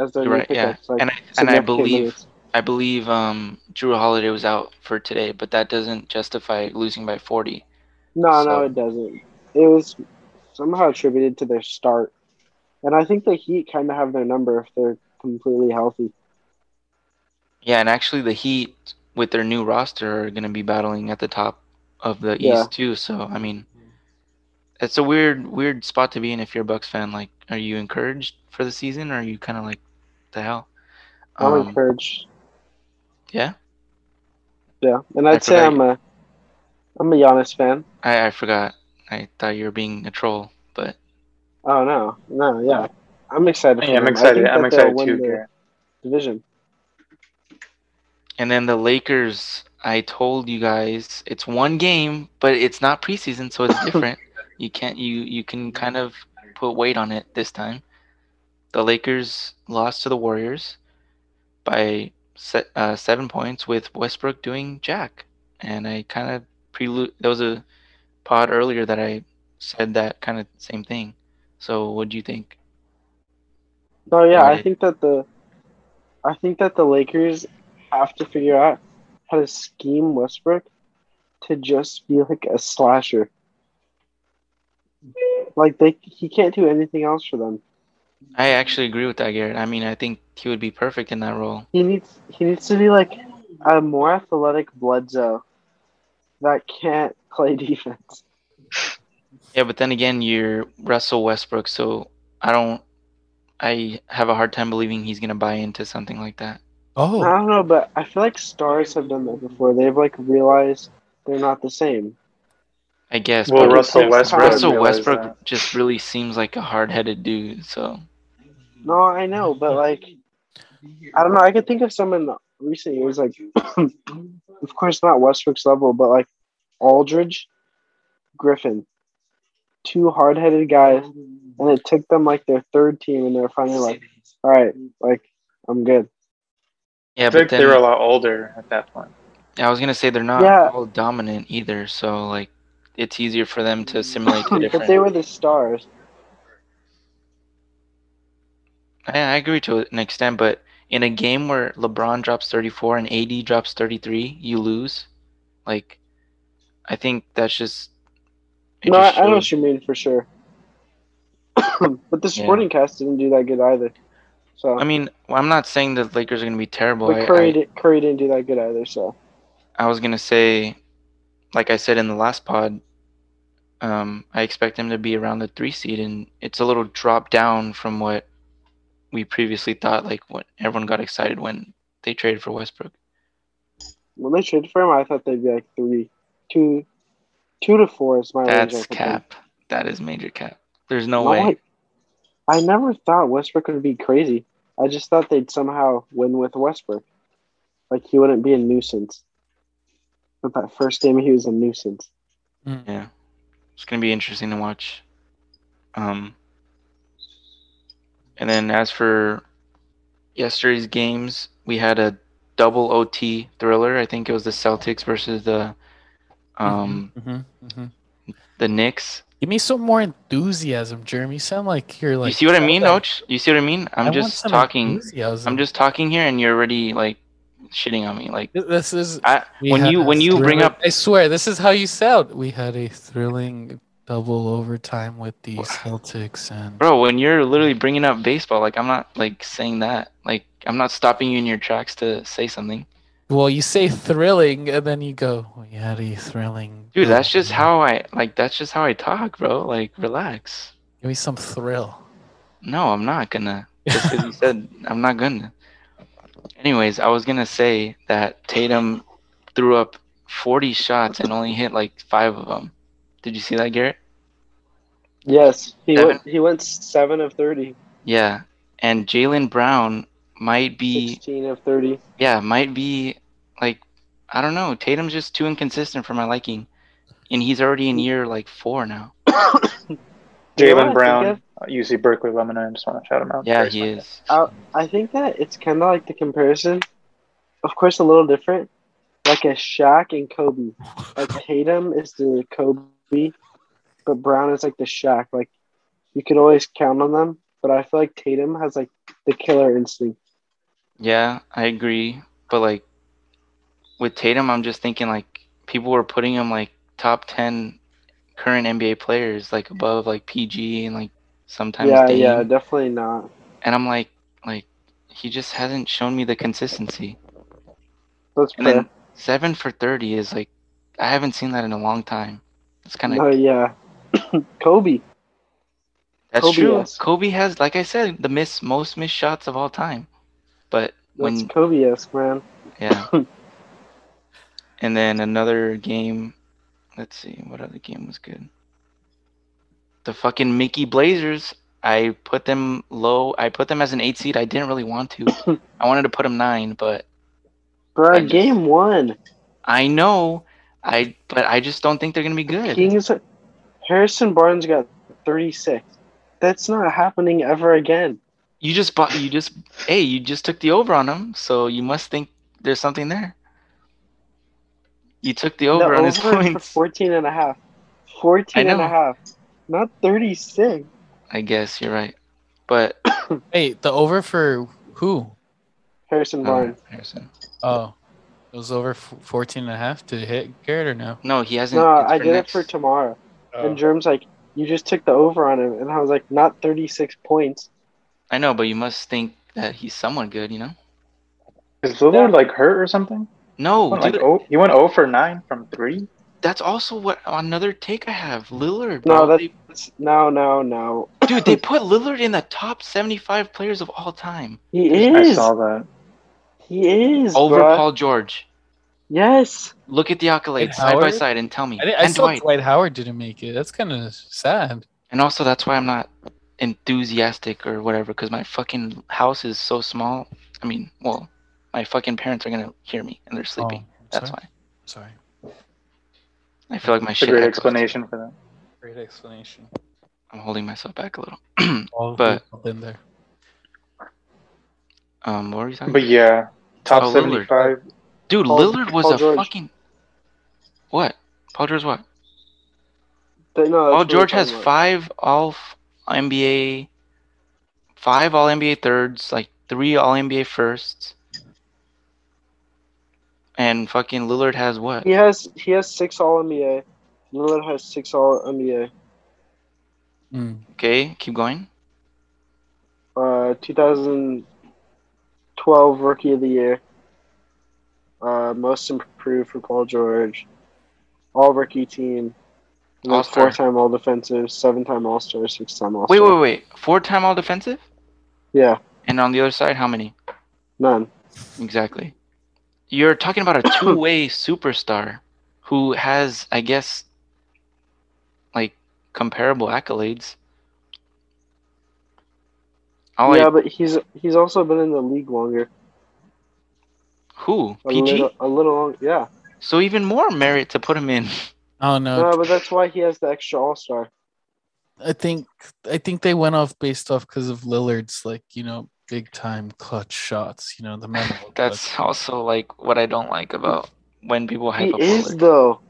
[SPEAKER 2] As their
[SPEAKER 1] Right?
[SPEAKER 2] new
[SPEAKER 1] Yeah.
[SPEAKER 2] pickups. Like,
[SPEAKER 1] and I and I
[SPEAKER 2] significant
[SPEAKER 1] believe
[SPEAKER 2] minutes.
[SPEAKER 1] I believe um Drew Holiday was out for today, but that doesn't justify losing by forty.
[SPEAKER 2] No,
[SPEAKER 1] so-
[SPEAKER 2] no, it doesn't. It was somehow attributed to their start. And I think the Heat kind of have their number if they're completely healthy.
[SPEAKER 1] Yeah, and actually the Heat with their new roster are going to be battling at the top of the
[SPEAKER 2] Yeah.
[SPEAKER 1] East too. So I mean, it's a weird weird spot to be in if you're a Bucks fan. Like, are you encouraged for the season, or are you kind of like, the hell?
[SPEAKER 2] I'm
[SPEAKER 1] Um,
[SPEAKER 2] encouraged.
[SPEAKER 1] yeah,
[SPEAKER 2] Yeah. And
[SPEAKER 1] I
[SPEAKER 2] I'd say
[SPEAKER 1] forgot
[SPEAKER 2] I'm a I'm a Giannis fan.
[SPEAKER 1] I, I forgot. I thought you were being a troll, but
[SPEAKER 2] Oh no. No, yeah. I'm excited for
[SPEAKER 4] Yeah, I'm
[SPEAKER 2] them. I
[SPEAKER 4] excited.
[SPEAKER 2] think
[SPEAKER 4] I'm
[SPEAKER 2] that they'll
[SPEAKER 4] excited
[SPEAKER 2] win
[SPEAKER 4] too,
[SPEAKER 2] the
[SPEAKER 4] Garrett.
[SPEAKER 2] Division.
[SPEAKER 1] and then the Lakers. I told you guys it's one game, but it's not preseason, so it's different. you can't you you can kind of put weight on it this time. The Lakers lost to the Warriors by se- uh, seven points with Westbrook doing jack, and I kind of prelude. There was a pod earlier that I said that kind of same thing. So what do you think?
[SPEAKER 2] No, yeah, I
[SPEAKER 1] Right.
[SPEAKER 2] think that the, I think that the Lakers have to figure out how to scheme Westbrook to just be like a slasher. Like they, he can't do anything else for them.
[SPEAKER 1] I actually agree with that, Garrett. I mean, I think he would be perfect in that role.
[SPEAKER 2] He needs, he needs to be like a more athletic Bledsoe that can't play defense.
[SPEAKER 1] Yeah, but then again, you're Russell Westbrook, so I don't. I have a hard time believing he's gonna buy into something like that.
[SPEAKER 3] Oh,
[SPEAKER 2] I don't know, but I feel like stars have done that before. They've like realized they're not the same.
[SPEAKER 1] I guess.
[SPEAKER 4] Well,
[SPEAKER 1] but
[SPEAKER 2] Russell
[SPEAKER 4] Russell Westbrook. uh,
[SPEAKER 1] Russell
[SPEAKER 4] realized
[SPEAKER 1] Westbrook
[SPEAKER 4] that.
[SPEAKER 1] just really seems like a hard-headed dude. So
[SPEAKER 2] No, I know, but like, I don't know. I could think of some in the recent years, like, of course, not Westbrook's level, but like Aldridge, Griffin, two hard headed guys. And it took them like their third team, and they're finally like, all right, like, I'm good.
[SPEAKER 1] yeah,
[SPEAKER 4] I think
[SPEAKER 1] but then
[SPEAKER 4] they were a lot older at that point.
[SPEAKER 1] I was gonna say they're not
[SPEAKER 2] Yeah.
[SPEAKER 1] all dominant either. So like, it's easier for them to assimilate to
[SPEAKER 2] but
[SPEAKER 1] different.
[SPEAKER 2] they were the stars.
[SPEAKER 1] I, I agree to an extent, but in a game where LeBron drops 34 and AD drops 33, you lose. Like, I think that's just. it
[SPEAKER 2] No, I,
[SPEAKER 1] just
[SPEAKER 2] I know
[SPEAKER 1] shows-
[SPEAKER 2] what you mean for sure. but the
[SPEAKER 1] Yeah.
[SPEAKER 2] supporting cast didn't do that good either. So,
[SPEAKER 1] I mean, well, I'm not saying the Lakers are going to be terrible. I,
[SPEAKER 2] but Curry,
[SPEAKER 1] I,
[SPEAKER 2] did, Curry didn't do that good either. So,
[SPEAKER 1] I was going to say, like I said in the last pod, um, I expect them to be around the three seed, and it's a little drop down from what we previously thought. Like, what everyone got excited when they traded for Westbrook.
[SPEAKER 2] when they traded for him, I thought they'd be like three, two, two to four is my range. I
[SPEAKER 1] That's
[SPEAKER 2] think they
[SPEAKER 1] cap. That is major cap. There's no
[SPEAKER 2] No,
[SPEAKER 1] way.
[SPEAKER 2] I, I never thought Westbrook would be crazy. I just thought they'd somehow win with Westbrook. Like he wouldn't be a nuisance. But that first game, he was a nuisance.
[SPEAKER 1] Yeah. It's going to be interesting to watch. Um, and then as for yesterday's games, we had a double OT thriller. I think it was the Celtics versus the um,
[SPEAKER 3] Mhm, mhm.
[SPEAKER 1] the Knicks.
[SPEAKER 3] give me some more enthusiasm, Jeremy. You sound like you're like.
[SPEAKER 1] you see what I mean,
[SPEAKER 3] Oh,
[SPEAKER 1] Ouch? You see what I mean? I'm
[SPEAKER 3] I want
[SPEAKER 1] just
[SPEAKER 3] some
[SPEAKER 1] talking.
[SPEAKER 3] enthusiasm.
[SPEAKER 1] I'm just talking here, and you're already like shitting on me. Like
[SPEAKER 3] This is
[SPEAKER 1] I,
[SPEAKER 3] we
[SPEAKER 1] when
[SPEAKER 3] had
[SPEAKER 1] you
[SPEAKER 3] a
[SPEAKER 1] when you bring
[SPEAKER 3] thrilling-
[SPEAKER 1] up
[SPEAKER 3] I swear, this is how you sound. We had a thrilling double overtime with the Celtics, and
[SPEAKER 1] Bro, when you're literally bringing up baseball, like I'm not like saying that. Like I'm not stopping you in your tracks to say something.
[SPEAKER 3] well, you say thrilling, and then you go, "We had a thrilling."
[SPEAKER 1] Dude, that's just
[SPEAKER 3] double-"
[SPEAKER 1] how I like that's just how I talk, bro. Like relax.
[SPEAKER 3] Give me some thrill.
[SPEAKER 1] No, I'm not gonna. Just 'cause you said I'm not gonna. Anyways, I was gonna say that Tatum threw up 40 shots and only hit like five of them. Did you see that, Garrett?
[SPEAKER 2] Yes, he
[SPEAKER 1] Seven.
[SPEAKER 2] went. He went seven of 30,
[SPEAKER 1] Yeah. And Jalen Brown might be,
[SPEAKER 2] sixteen of thirty.
[SPEAKER 1] yeah, might be like, I don't know. Tatum's just too inconsistent for my liking. And he's already in year like four now.
[SPEAKER 2] You know what I
[SPEAKER 4] Jalen
[SPEAKER 2] think
[SPEAKER 4] Brown,
[SPEAKER 2] of?
[SPEAKER 4] uh, UC Berkeley alumni. I just want to shout him out.
[SPEAKER 1] Yeah,
[SPEAKER 4] Very
[SPEAKER 1] he
[SPEAKER 4] funny.
[SPEAKER 1] is.
[SPEAKER 2] I think that it's kind of like the comparison, of course, a little different, like a Shaq and Kobe. Like Tatum is the Kobe, but Brown is like the Shaq. Like you can always count on them, but I feel like Tatum has like the killer instinct.
[SPEAKER 1] Yeah, I agree. But like with Tatum, I'm just thinking like people were putting him like top 10 current NBA players, like above like PG and like sometimes
[SPEAKER 2] yeah,
[SPEAKER 1] Dame.
[SPEAKER 2] yeah, definitely not.
[SPEAKER 1] And I'm like, like he just hasn't shown me the consistency.
[SPEAKER 2] That's
[SPEAKER 1] And
[SPEAKER 2] fair.
[SPEAKER 1] then seven for 30 is like, I haven't seen that in a long time. It's kind of,
[SPEAKER 2] no, yeah, Kobe.
[SPEAKER 1] that's
[SPEAKER 2] Kobe
[SPEAKER 1] true.
[SPEAKER 2] is.
[SPEAKER 1] Kobe has, like I said, the miss, most missed shots of all time. But when,
[SPEAKER 2] That's Kobe-esque, man.
[SPEAKER 1] Yeah. and then another game. Let's see, what other game was good? The fucking Mickey Blazers. I put them low. I put them as an eight seed. I didn't really want to. I wanted to put them nine, but I
[SPEAKER 2] Bro,
[SPEAKER 1] just-
[SPEAKER 2] game one.
[SPEAKER 1] I know. I but I just don't think they're gonna be good.
[SPEAKER 2] Kings. Harrison Barnes got 36. That's not happening ever again.
[SPEAKER 1] You just bought. You just hey. You just took the over on them, so you must think there's something there. You took the over
[SPEAKER 2] the
[SPEAKER 1] on
[SPEAKER 2] over
[SPEAKER 1] his
[SPEAKER 2] is for
[SPEAKER 1] points.
[SPEAKER 2] 14 and a half. 14
[SPEAKER 1] I
[SPEAKER 2] and
[SPEAKER 1] know.
[SPEAKER 2] a half. Not 36.
[SPEAKER 1] I guess you're right, but
[SPEAKER 3] Hey, the over for who?
[SPEAKER 2] Harrison Barnes.
[SPEAKER 1] Uh, Harrison.
[SPEAKER 3] Oh, it was over f- 14 and a half. Did it hit Garrett or no?
[SPEAKER 1] No, he hasn't.
[SPEAKER 2] No,
[SPEAKER 1] it's
[SPEAKER 2] I did
[SPEAKER 1] next-
[SPEAKER 2] it for tomorrow.
[SPEAKER 4] Oh.
[SPEAKER 2] And Germ's like, you just took the over on him. And I was like, not 36 points.
[SPEAKER 1] I know, but you must think that he's somewhat good, you know?
[SPEAKER 4] Is Lillard like hurt or something?
[SPEAKER 1] No,
[SPEAKER 4] like,
[SPEAKER 1] dude,
[SPEAKER 4] oh, he went 0 for 9 from 3.
[SPEAKER 1] that's also what another take I have. Lillard,
[SPEAKER 2] No,
[SPEAKER 1] bro.
[SPEAKER 2] that's-
[SPEAKER 1] They-
[SPEAKER 2] It's- No, no, no.
[SPEAKER 1] dude, they put Lillard in the top 75 players of all time
[SPEAKER 2] He
[SPEAKER 4] I
[SPEAKER 2] is.
[SPEAKER 4] saw that.
[SPEAKER 2] He is.
[SPEAKER 1] over
[SPEAKER 2] bruh.
[SPEAKER 1] Paul George.
[SPEAKER 2] Yes.
[SPEAKER 1] Look at the
[SPEAKER 3] And
[SPEAKER 1] accolades side by
[SPEAKER 3] Howard?
[SPEAKER 1] side and tell me.
[SPEAKER 3] I, did, I
[SPEAKER 1] and
[SPEAKER 3] saw
[SPEAKER 1] Dwight.
[SPEAKER 3] Dwight. Howard didn't make it. That's kind of sad.
[SPEAKER 1] And also, that's why I'm not enthusiastic or whatever, because my fucking house is so small. I mean, well, my fucking parents are going to hear me and they're sleeping.
[SPEAKER 3] Oh,
[SPEAKER 1] that's
[SPEAKER 3] sorry.
[SPEAKER 1] why.
[SPEAKER 3] Sorry.
[SPEAKER 1] I feel like my
[SPEAKER 4] It's a
[SPEAKER 1] shit.
[SPEAKER 4] great
[SPEAKER 1] echoes.
[SPEAKER 4] explanation for that.
[SPEAKER 3] Great explanation.
[SPEAKER 1] I'm holding myself back a little.
[SPEAKER 3] All
[SPEAKER 1] But-
[SPEAKER 3] in there.
[SPEAKER 1] Um, what were you talking about?
[SPEAKER 4] But yeah, top
[SPEAKER 1] Oh, Lillard.
[SPEAKER 4] 75.
[SPEAKER 1] Dude,
[SPEAKER 2] Paul-
[SPEAKER 1] Lillard was
[SPEAKER 2] Paul
[SPEAKER 1] a
[SPEAKER 2] George.
[SPEAKER 1] fucking what? Paul George what?
[SPEAKER 2] But no, that's
[SPEAKER 1] Paul
[SPEAKER 2] what
[SPEAKER 1] George
[SPEAKER 2] we're
[SPEAKER 1] has
[SPEAKER 2] talking about.
[SPEAKER 1] five all f- NBA, five all NBA thirds, like three all NBA firsts, and fucking Lillard has what?
[SPEAKER 2] He has he has six All NBA. Lillard has six All NBA.
[SPEAKER 3] Mm.
[SPEAKER 1] Okay, keep going.
[SPEAKER 2] Uh, 2012 Rookie of the Year. Uh, most improved for Paul George. All rookie team.
[SPEAKER 1] All-Star.
[SPEAKER 2] Four time All Defensive, seven time All Star, six time All Star.
[SPEAKER 1] Wait, wait, wait. Four time all defensive,
[SPEAKER 2] Yeah,
[SPEAKER 1] and on the other side, how many
[SPEAKER 2] none.
[SPEAKER 1] exactly? You're talking about a two way superstar who has, I guess, like comparable accolades. All
[SPEAKER 2] yeah,
[SPEAKER 1] I
[SPEAKER 2] but he's he's also been in the league longer.
[SPEAKER 1] Who?
[SPEAKER 2] A
[SPEAKER 1] PG?
[SPEAKER 2] little, a little, long- yeah.
[SPEAKER 1] So even more merit to put him in.
[SPEAKER 3] Oh no,
[SPEAKER 2] No, but that's why he has the extra All Star.
[SPEAKER 3] I think I think they went off based off because of Lillard's like you know big time clutch shots. You know the memorable clutch.
[SPEAKER 1] That's also like what I don't like about when people hype
[SPEAKER 2] He
[SPEAKER 1] up
[SPEAKER 2] is
[SPEAKER 1] Lillard.
[SPEAKER 2] though.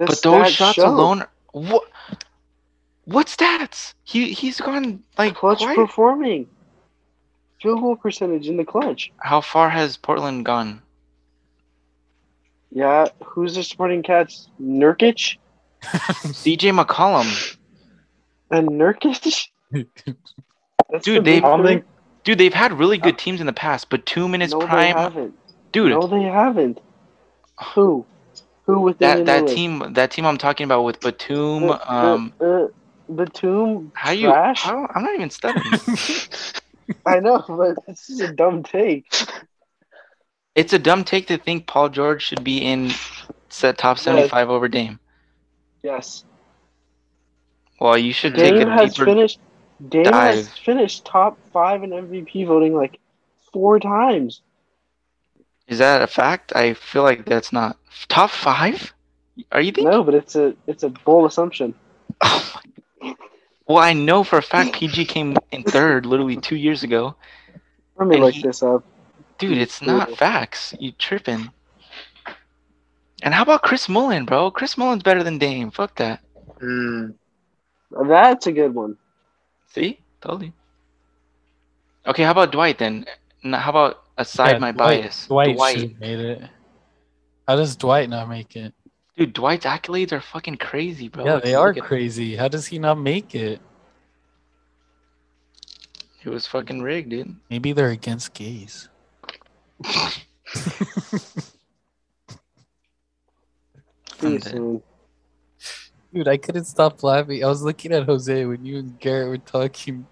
[SPEAKER 2] The
[SPEAKER 1] But those
[SPEAKER 2] stats
[SPEAKER 1] shots
[SPEAKER 2] show.
[SPEAKER 1] alone, what? What stats? He he's gone like
[SPEAKER 2] clutch
[SPEAKER 1] quite-
[SPEAKER 2] performing. Field goal percentage in the clutch.
[SPEAKER 1] How far has Portland gone?
[SPEAKER 2] Yeah, who's the supporting cats? Nurkic
[SPEAKER 1] DJ McCollum,
[SPEAKER 2] and Nurkic. That's
[SPEAKER 1] Dude, they-
[SPEAKER 2] the big
[SPEAKER 4] I don't
[SPEAKER 2] three?
[SPEAKER 4] think
[SPEAKER 1] dude. They've had really good teams in the past, but two minutes
[SPEAKER 2] no, they
[SPEAKER 1] prime,
[SPEAKER 2] haven't.
[SPEAKER 1] dude.
[SPEAKER 2] no, they haven't. Who? Who with
[SPEAKER 1] that that team, that team I'm talking about with Batum. um,
[SPEAKER 2] uh, uh, Batum.
[SPEAKER 1] how you?
[SPEAKER 2] trash?
[SPEAKER 1] How, I'm not even studying.
[SPEAKER 2] I know, but this is a dumb take.
[SPEAKER 1] It's a dumb take to think Paul George should be in set top
[SPEAKER 2] Yes.
[SPEAKER 1] 75 over Dame.
[SPEAKER 2] Yes.
[SPEAKER 1] Well, you should take
[SPEAKER 2] Dame
[SPEAKER 1] a
[SPEAKER 2] has
[SPEAKER 1] deeper.
[SPEAKER 2] finished. Dame has
[SPEAKER 1] dive.
[SPEAKER 2] finished top five in MVP voting like four times.
[SPEAKER 1] Is that a fact? I feel like that's not top five. Are you thinking?
[SPEAKER 2] No, but it's a it's a bold assumption.
[SPEAKER 1] Oh my. Well, I know for a fact PG came in third literally two years ago.
[SPEAKER 2] Let me
[SPEAKER 1] And
[SPEAKER 2] look
[SPEAKER 1] he-
[SPEAKER 2] this up.
[SPEAKER 1] Dude, it's not facts. You tripping. And how about Chris Mullen, bro? Chris Mullen's better than Dame. Fuck that. Hmm.
[SPEAKER 4] Mm.
[SPEAKER 2] That's a good one.
[SPEAKER 1] See? Told you. Okay, how about Dwight then? N- How about aside
[SPEAKER 3] Yeah,
[SPEAKER 1] my
[SPEAKER 3] Dwight-
[SPEAKER 1] bias?
[SPEAKER 3] Dwight, should have made it. How does Dwight not make it?
[SPEAKER 1] Dude, Dwight's accolades are fucking crazy, bro.
[SPEAKER 3] yeah,
[SPEAKER 1] If
[SPEAKER 3] they
[SPEAKER 1] you
[SPEAKER 3] are
[SPEAKER 1] look at-
[SPEAKER 3] crazy. How does he not make it?
[SPEAKER 1] It was fucking rigged, dude.
[SPEAKER 3] Maybe they're against gays.
[SPEAKER 1] I'm
[SPEAKER 2] Jeez,
[SPEAKER 1] dead.
[SPEAKER 2] man.
[SPEAKER 3] Dude, I couldn't stop laughing. I was looking at Jose when you and Garrett were talking.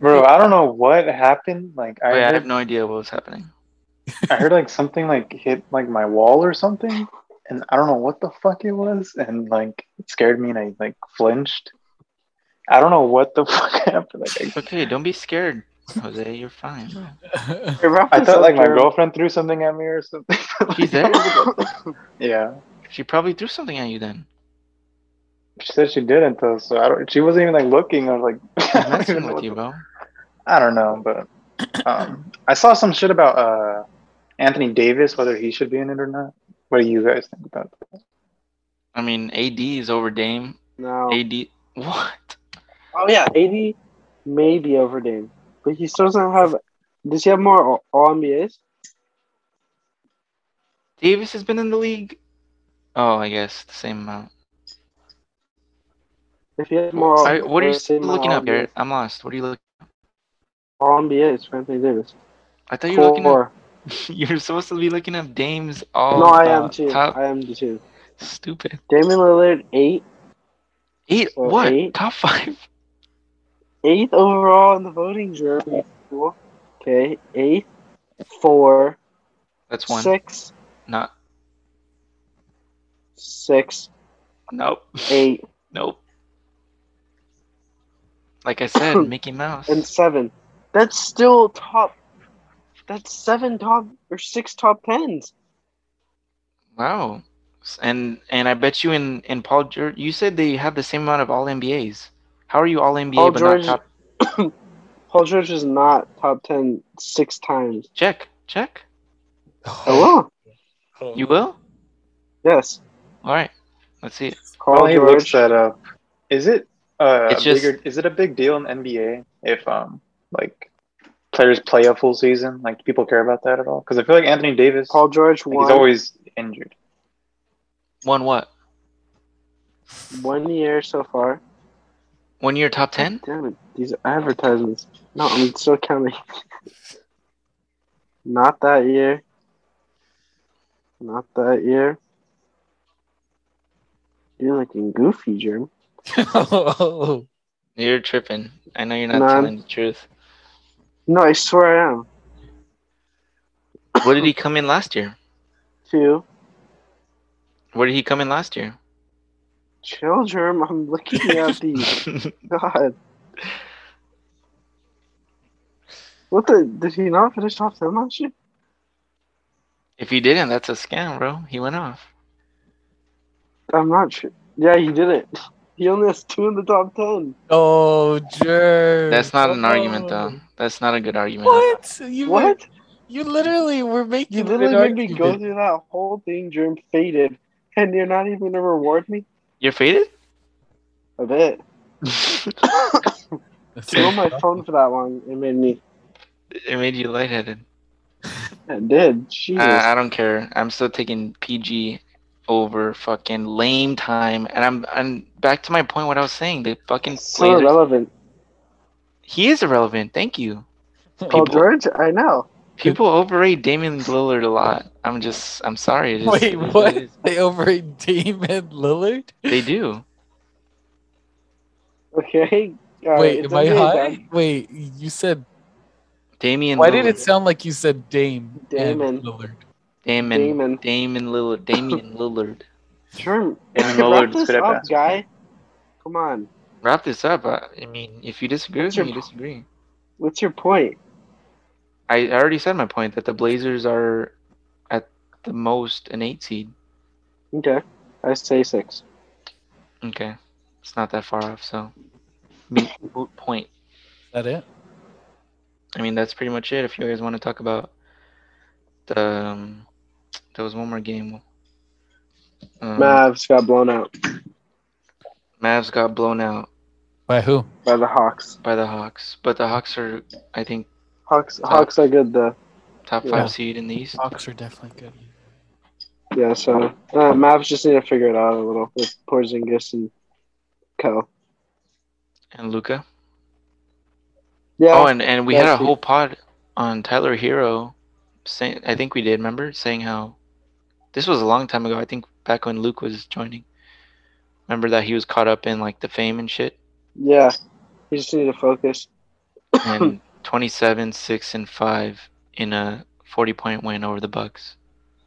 [SPEAKER 4] Bro, I don't know what happened. Like I,
[SPEAKER 1] Wait, I
[SPEAKER 4] heard,
[SPEAKER 1] have no idea what was happening.
[SPEAKER 4] I heard like something like hit like my wall or something, and I don't know what the fuck it was, and like it scared me, and I like flinched. I don't know what the fuck happened. Like I,
[SPEAKER 1] Okay, don't be scared, Jose. You're fine. bro.
[SPEAKER 2] Hey, wrap
[SPEAKER 4] I
[SPEAKER 2] this
[SPEAKER 4] thought
[SPEAKER 2] up,
[SPEAKER 4] like my
[SPEAKER 2] Jared.
[SPEAKER 4] girlfriend threw something at me or something.
[SPEAKER 1] She's there?
[SPEAKER 4] yeah,
[SPEAKER 1] She probably threw something at you then.
[SPEAKER 4] she said she didn't though, so I don't. She wasn't even like looking. I was like,
[SPEAKER 1] She's
[SPEAKER 4] I don't, even
[SPEAKER 1] messing
[SPEAKER 4] know
[SPEAKER 1] with
[SPEAKER 4] what
[SPEAKER 1] you, bro.
[SPEAKER 4] I don't know, but um, I saw some shit about uh, Anthony Davis, whether he should be in it or not. What do you guys think about that?
[SPEAKER 1] I mean, AD is over Dame.
[SPEAKER 2] No.
[SPEAKER 1] AD. What?
[SPEAKER 2] Oh yeah, AD may be over Dame, but he still doesn't have. Does he have more All NBAs?
[SPEAKER 1] Davis has been in the league? Oh, I guess the same amount.
[SPEAKER 2] If he has more,
[SPEAKER 1] I- what are
[SPEAKER 2] or
[SPEAKER 1] you
[SPEAKER 2] the same amount
[SPEAKER 1] looking
[SPEAKER 2] of
[SPEAKER 1] up, Garrett? I'm lost. What are you looking
[SPEAKER 2] All NBAs for Anthony Davis.
[SPEAKER 1] I thought you were
[SPEAKER 2] Four.
[SPEAKER 1] looking up. You're supposed to be looking up Dame's all.
[SPEAKER 2] no, I
[SPEAKER 1] uh,
[SPEAKER 2] am too.
[SPEAKER 1] Top.
[SPEAKER 2] I am too.
[SPEAKER 1] Stupid.
[SPEAKER 2] Damian Lillard eight,
[SPEAKER 1] Eight.
[SPEAKER 2] Well,
[SPEAKER 1] what?
[SPEAKER 2] eight.
[SPEAKER 1] Top five?
[SPEAKER 2] eighth overall in the voting jury. Cool. Okay, eighth, four,
[SPEAKER 1] That's one.
[SPEAKER 2] six,
[SPEAKER 1] Not.
[SPEAKER 2] six,
[SPEAKER 1] Nope.
[SPEAKER 2] eight,
[SPEAKER 1] Nope. Like I said, Mickey Mouse.
[SPEAKER 2] and seven. That's still top. That's seven top or six top tens.
[SPEAKER 1] Wow. S- And and I bet you in in Paul George, you said they have the same amount of all NBAs. How are you all NBA
[SPEAKER 2] Paul
[SPEAKER 1] but
[SPEAKER 2] George-
[SPEAKER 1] not top?
[SPEAKER 2] Paul George is not top ten six times.
[SPEAKER 1] Check, check.
[SPEAKER 4] Oh,
[SPEAKER 2] I will.
[SPEAKER 3] Oh.
[SPEAKER 1] You will.
[SPEAKER 2] Yes.
[SPEAKER 1] All right. Let's see. it.
[SPEAKER 2] Paul
[SPEAKER 4] While Oh, he looks
[SPEAKER 2] George.
[SPEAKER 4] that up, is it uh,
[SPEAKER 1] It's
[SPEAKER 4] a
[SPEAKER 1] just-
[SPEAKER 4] bigger, is it a big deal in NBA if um like players play a full season? Like, do people care about that at all? Because I feel like Anthony Davis,
[SPEAKER 2] Paul George
[SPEAKER 4] like, he's
[SPEAKER 2] won
[SPEAKER 4] always injured.
[SPEAKER 1] One what?
[SPEAKER 2] one year so far.
[SPEAKER 1] One year top ten?
[SPEAKER 2] Damn it! These advertisements. No, I'm still counting. Not that year. Not that year. You're looking goofy, Jim.
[SPEAKER 3] oh,
[SPEAKER 1] You're tripping. I know you're not
[SPEAKER 2] None.
[SPEAKER 1] telling the truth.
[SPEAKER 2] No, I swear I am.
[SPEAKER 1] Where did he come in last year?
[SPEAKER 2] Two.
[SPEAKER 1] Where did he come in last year?
[SPEAKER 2] Chill, Germ. I'm looking at the God. What the? Did he not finish top ten last year?
[SPEAKER 1] if he didn't, that's a scam, bro. He went off.
[SPEAKER 2] I'm not sure. Yeah, he did it. He only has two in the top ten.
[SPEAKER 3] oh, jerk.
[SPEAKER 1] That's not an argument,
[SPEAKER 3] Oh.
[SPEAKER 1] though. That's not a good argument.
[SPEAKER 3] What? You
[SPEAKER 2] What?
[SPEAKER 3] You literally were making
[SPEAKER 2] You
[SPEAKER 3] an
[SPEAKER 2] literally made me
[SPEAKER 3] argument.
[SPEAKER 2] go through that whole thing, Germ faded, and you're not even gonna reward me
[SPEAKER 1] You're faded.
[SPEAKER 2] a bit.
[SPEAKER 3] That's
[SPEAKER 2] I'm on my
[SPEAKER 3] right.
[SPEAKER 2] phone for that long. It made me.
[SPEAKER 1] it made you lightheaded.
[SPEAKER 2] It did. Jesus.
[SPEAKER 1] Uh, I don't care. I'm still taking PG over fucking lame time, and I'm I'm back to my point. What I was saying, the fucking
[SPEAKER 2] so
[SPEAKER 1] Blazers.
[SPEAKER 2] irrelevant.
[SPEAKER 1] he is irrelevant. Thank you.
[SPEAKER 2] Paul
[SPEAKER 1] People-
[SPEAKER 2] George. I know.
[SPEAKER 1] People overrate Damian Lillard a lot. I'm just I'm sorry. It is,
[SPEAKER 3] Wait,
[SPEAKER 1] it is
[SPEAKER 3] what?
[SPEAKER 1] it is.
[SPEAKER 3] They overrate Damon Lillard?
[SPEAKER 1] They do.
[SPEAKER 2] Okay. All right,
[SPEAKER 3] Wait,
[SPEAKER 2] it's
[SPEAKER 3] am I
[SPEAKER 2] okay,
[SPEAKER 3] high?
[SPEAKER 2] Doug.
[SPEAKER 3] Wait, you said.
[SPEAKER 1] Damian.
[SPEAKER 3] Why did
[SPEAKER 1] Lillard.
[SPEAKER 3] it sound like you said Dame? and
[SPEAKER 2] Damon.
[SPEAKER 3] Lillard.
[SPEAKER 1] Damon.
[SPEAKER 2] Damon.
[SPEAKER 1] Damon Lillard. Damian Lillard.
[SPEAKER 2] Sure.
[SPEAKER 4] Damian
[SPEAKER 2] Wrap
[SPEAKER 4] Lillard
[SPEAKER 2] this
[SPEAKER 4] could have
[SPEAKER 2] up,
[SPEAKER 4] passed.
[SPEAKER 2] guy. Come on.
[SPEAKER 1] Wrap this up. I, I mean, if you disagree with
[SPEAKER 2] Sure.
[SPEAKER 1] me, you disagree.
[SPEAKER 2] What's your point?
[SPEAKER 1] I, I already said my point that the Blazers are at the most an eight seed.
[SPEAKER 2] Okay. I say six.
[SPEAKER 1] Okay. It's not that far off, so moot moot point.
[SPEAKER 3] that it?
[SPEAKER 1] I mean, that's pretty much it. If you guys want to talk about the, um, there was one more game. Um,
[SPEAKER 2] Mavs got blown out
[SPEAKER 1] Mavs got blown out
[SPEAKER 3] By who?
[SPEAKER 2] by the Hawks.
[SPEAKER 1] by the Hawks, but the Hawks are, I think,
[SPEAKER 2] Hawks Hawks are good though.
[SPEAKER 1] top
[SPEAKER 2] Yeah.
[SPEAKER 1] five seed in the East.
[SPEAKER 3] Hawks are definitely good.
[SPEAKER 2] Yeah, so uh, Mavs just need to figure it out a little with Porzingis and Co.
[SPEAKER 1] And Luca.
[SPEAKER 2] Yeah.
[SPEAKER 1] Oh, and, and we had a
[SPEAKER 2] that's it.
[SPEAKER 1] whole pod on Tyler Hero. Saying, I think we did. Remember saying how this was a long time ago. I think back when Luke was joining. Remember that he was caught up in like the fame and shit.
[SPEAKER 2] yeah. You just need to focus.
[SPEAKER 1] and 27 6 and 5 in a 40 point win over the bucks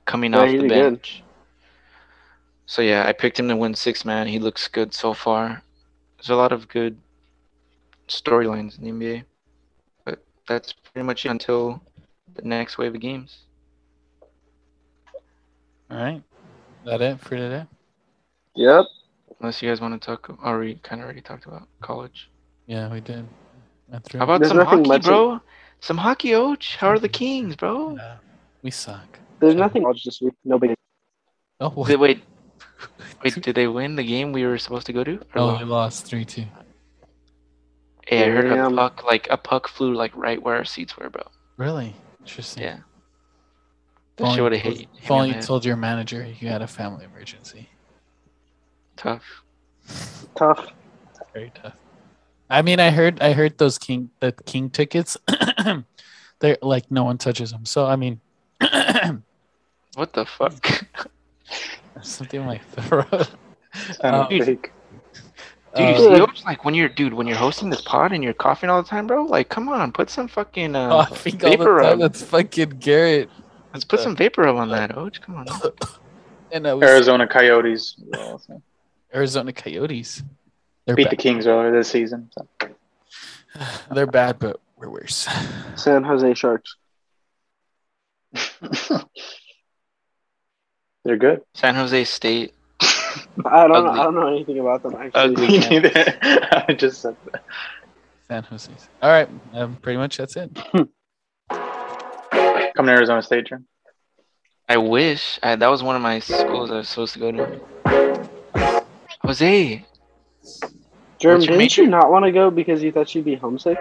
[SPEAKER 1] coming
[SPEAKER 2] Yeah,
[SPEAKER 1] off
[SPEAKER 2] he
[SPEAKER 1] the
[SPEAKER 2] did
[SPEAKER 1] bench
[SPEAKER 2] good.
[SPEAKER 1] so yeah i picked him to win six man he looks good so far there's a lot of good storylines in the nba but that's pretty much it until the next wave of games
[SPEAKER 3] All right. That it for today?
[SPEAKER 2] Yep.
[SPEAKER 1] unless you guys want to talk or we kind of already talked about college
[SPEAKER 3] Yeah, we did. Went through
[SPEAKER 1] how about
[SPEAKER 2] There's
[SPEAKER 1] some
[SPEAKER 2] nothing
[SPEAKER 1] hockey
[SPEAKER 2] much-
[SPEAKER 1] bro some hockey ouch how are the kings bro
[SPEAKER 3] Yeah, we suck.
[SPEAKER 2] There's nothing else this week. No big
[SPEAKER 3] Oh,
[SPEAKER 1] Did-
[SPEAKER 3] what?
[SPEAKER 1] wait wait did they win the game we were supposed to go to Or
[SPEAKER 3] oh,
[SPEAKER 1] lost?
[SPEAKER 3] we lost 3 2.
[SPEAKER 1] Hey, I heard a
[SPEAKER 2] Damn.
[SPEAKER 1] puck like a puck flew like right where our seats were, bro.
[SPEAKER 3] Really? Interesting.
[SPEAKER 1] Yeah.
[SPEAKER 3] If
[SPEAKER 1] That shit
[SPEAKER 3] only-
[SPEAKER 1] would have hit. hit me
[SPEAKER 3] If
[SPEAKER 1] on
[SPEAKER 3] only
[SPEAKER 1] the
[SPEAKER 3] you
[SPEAKER 1] head.
[SPEAKER 3] told your manager you had a family emergency.
[SPEAKER 1] tough.
[SPEAKER 2] tough.
[SPEAKER 3] Very tough. I mean, I heard I heard those king the king tickets. They're like no one touches them. So I mean,
[SPEAKER 1] What the fuck?
[SPEAKER 3] something like that.
[SPEAKER 4] I
[SPEAKER 1] Oh.
[SPEAKER 3] Um,
[SPEAKER 4] don't think.
[SPEAKER 1] Dude, you
[SPEAKER 3] Uh,
[SPEAKER 1] see, it's like when you're, dude, when you're hosting this pod and you're coughing all the time, bro. Like, come on, put some fucking, uh,
[SPEAKER 3] I think all the
[SPEAKER 1] vapor
[SPEAKER 3] time
[SPEAKER 1] rub.
[SPEAKER 3] that's fucking Garrett.
[SPEAKER 1] let's put some vapor rub on that, Oj. Come on.
[SPEAKER 3] And uh, we-
[SPEAKER 4] Arizona Coyotes well, so
[SPEAKER 3] Arizona Coyotes. They're
[SPEAKER 4] beat the
[SPEAKER 3] bad.
[SPEAKER 4] Kings earlier this season. So.
[SPEAKER 3] They're bad, but we're worse.
[SPEAKER 2] San Jose Sharks.
[SPEAKER 4] They're good.
[SPEAKER 1] San Jose State.
[SPEAKER 2] I don't know,
[SPEAKER 1] Ugly.
[SPEAKER 2] I don't know anything about them actually.
[SPEAKER 1] Ugly.
[SPEAKER 4] Uh, Me neither. I just said that.
[SPEAKER 3] San Jose. All right, um, pretty much that's it.
[SPEAKER 4] Come to Arizona State, Jim.
[SPEAKER 1] I wish I, that was one of my schools I was supposed to go to. Jose,
[SPEAKER 2] Jerm,
[SPEAKER 1] What's your
[SPEAKER 2] didn't
[SPEAKER 1] major?
[SPEAKER 2] you not want to go because you thought you'd be homesick?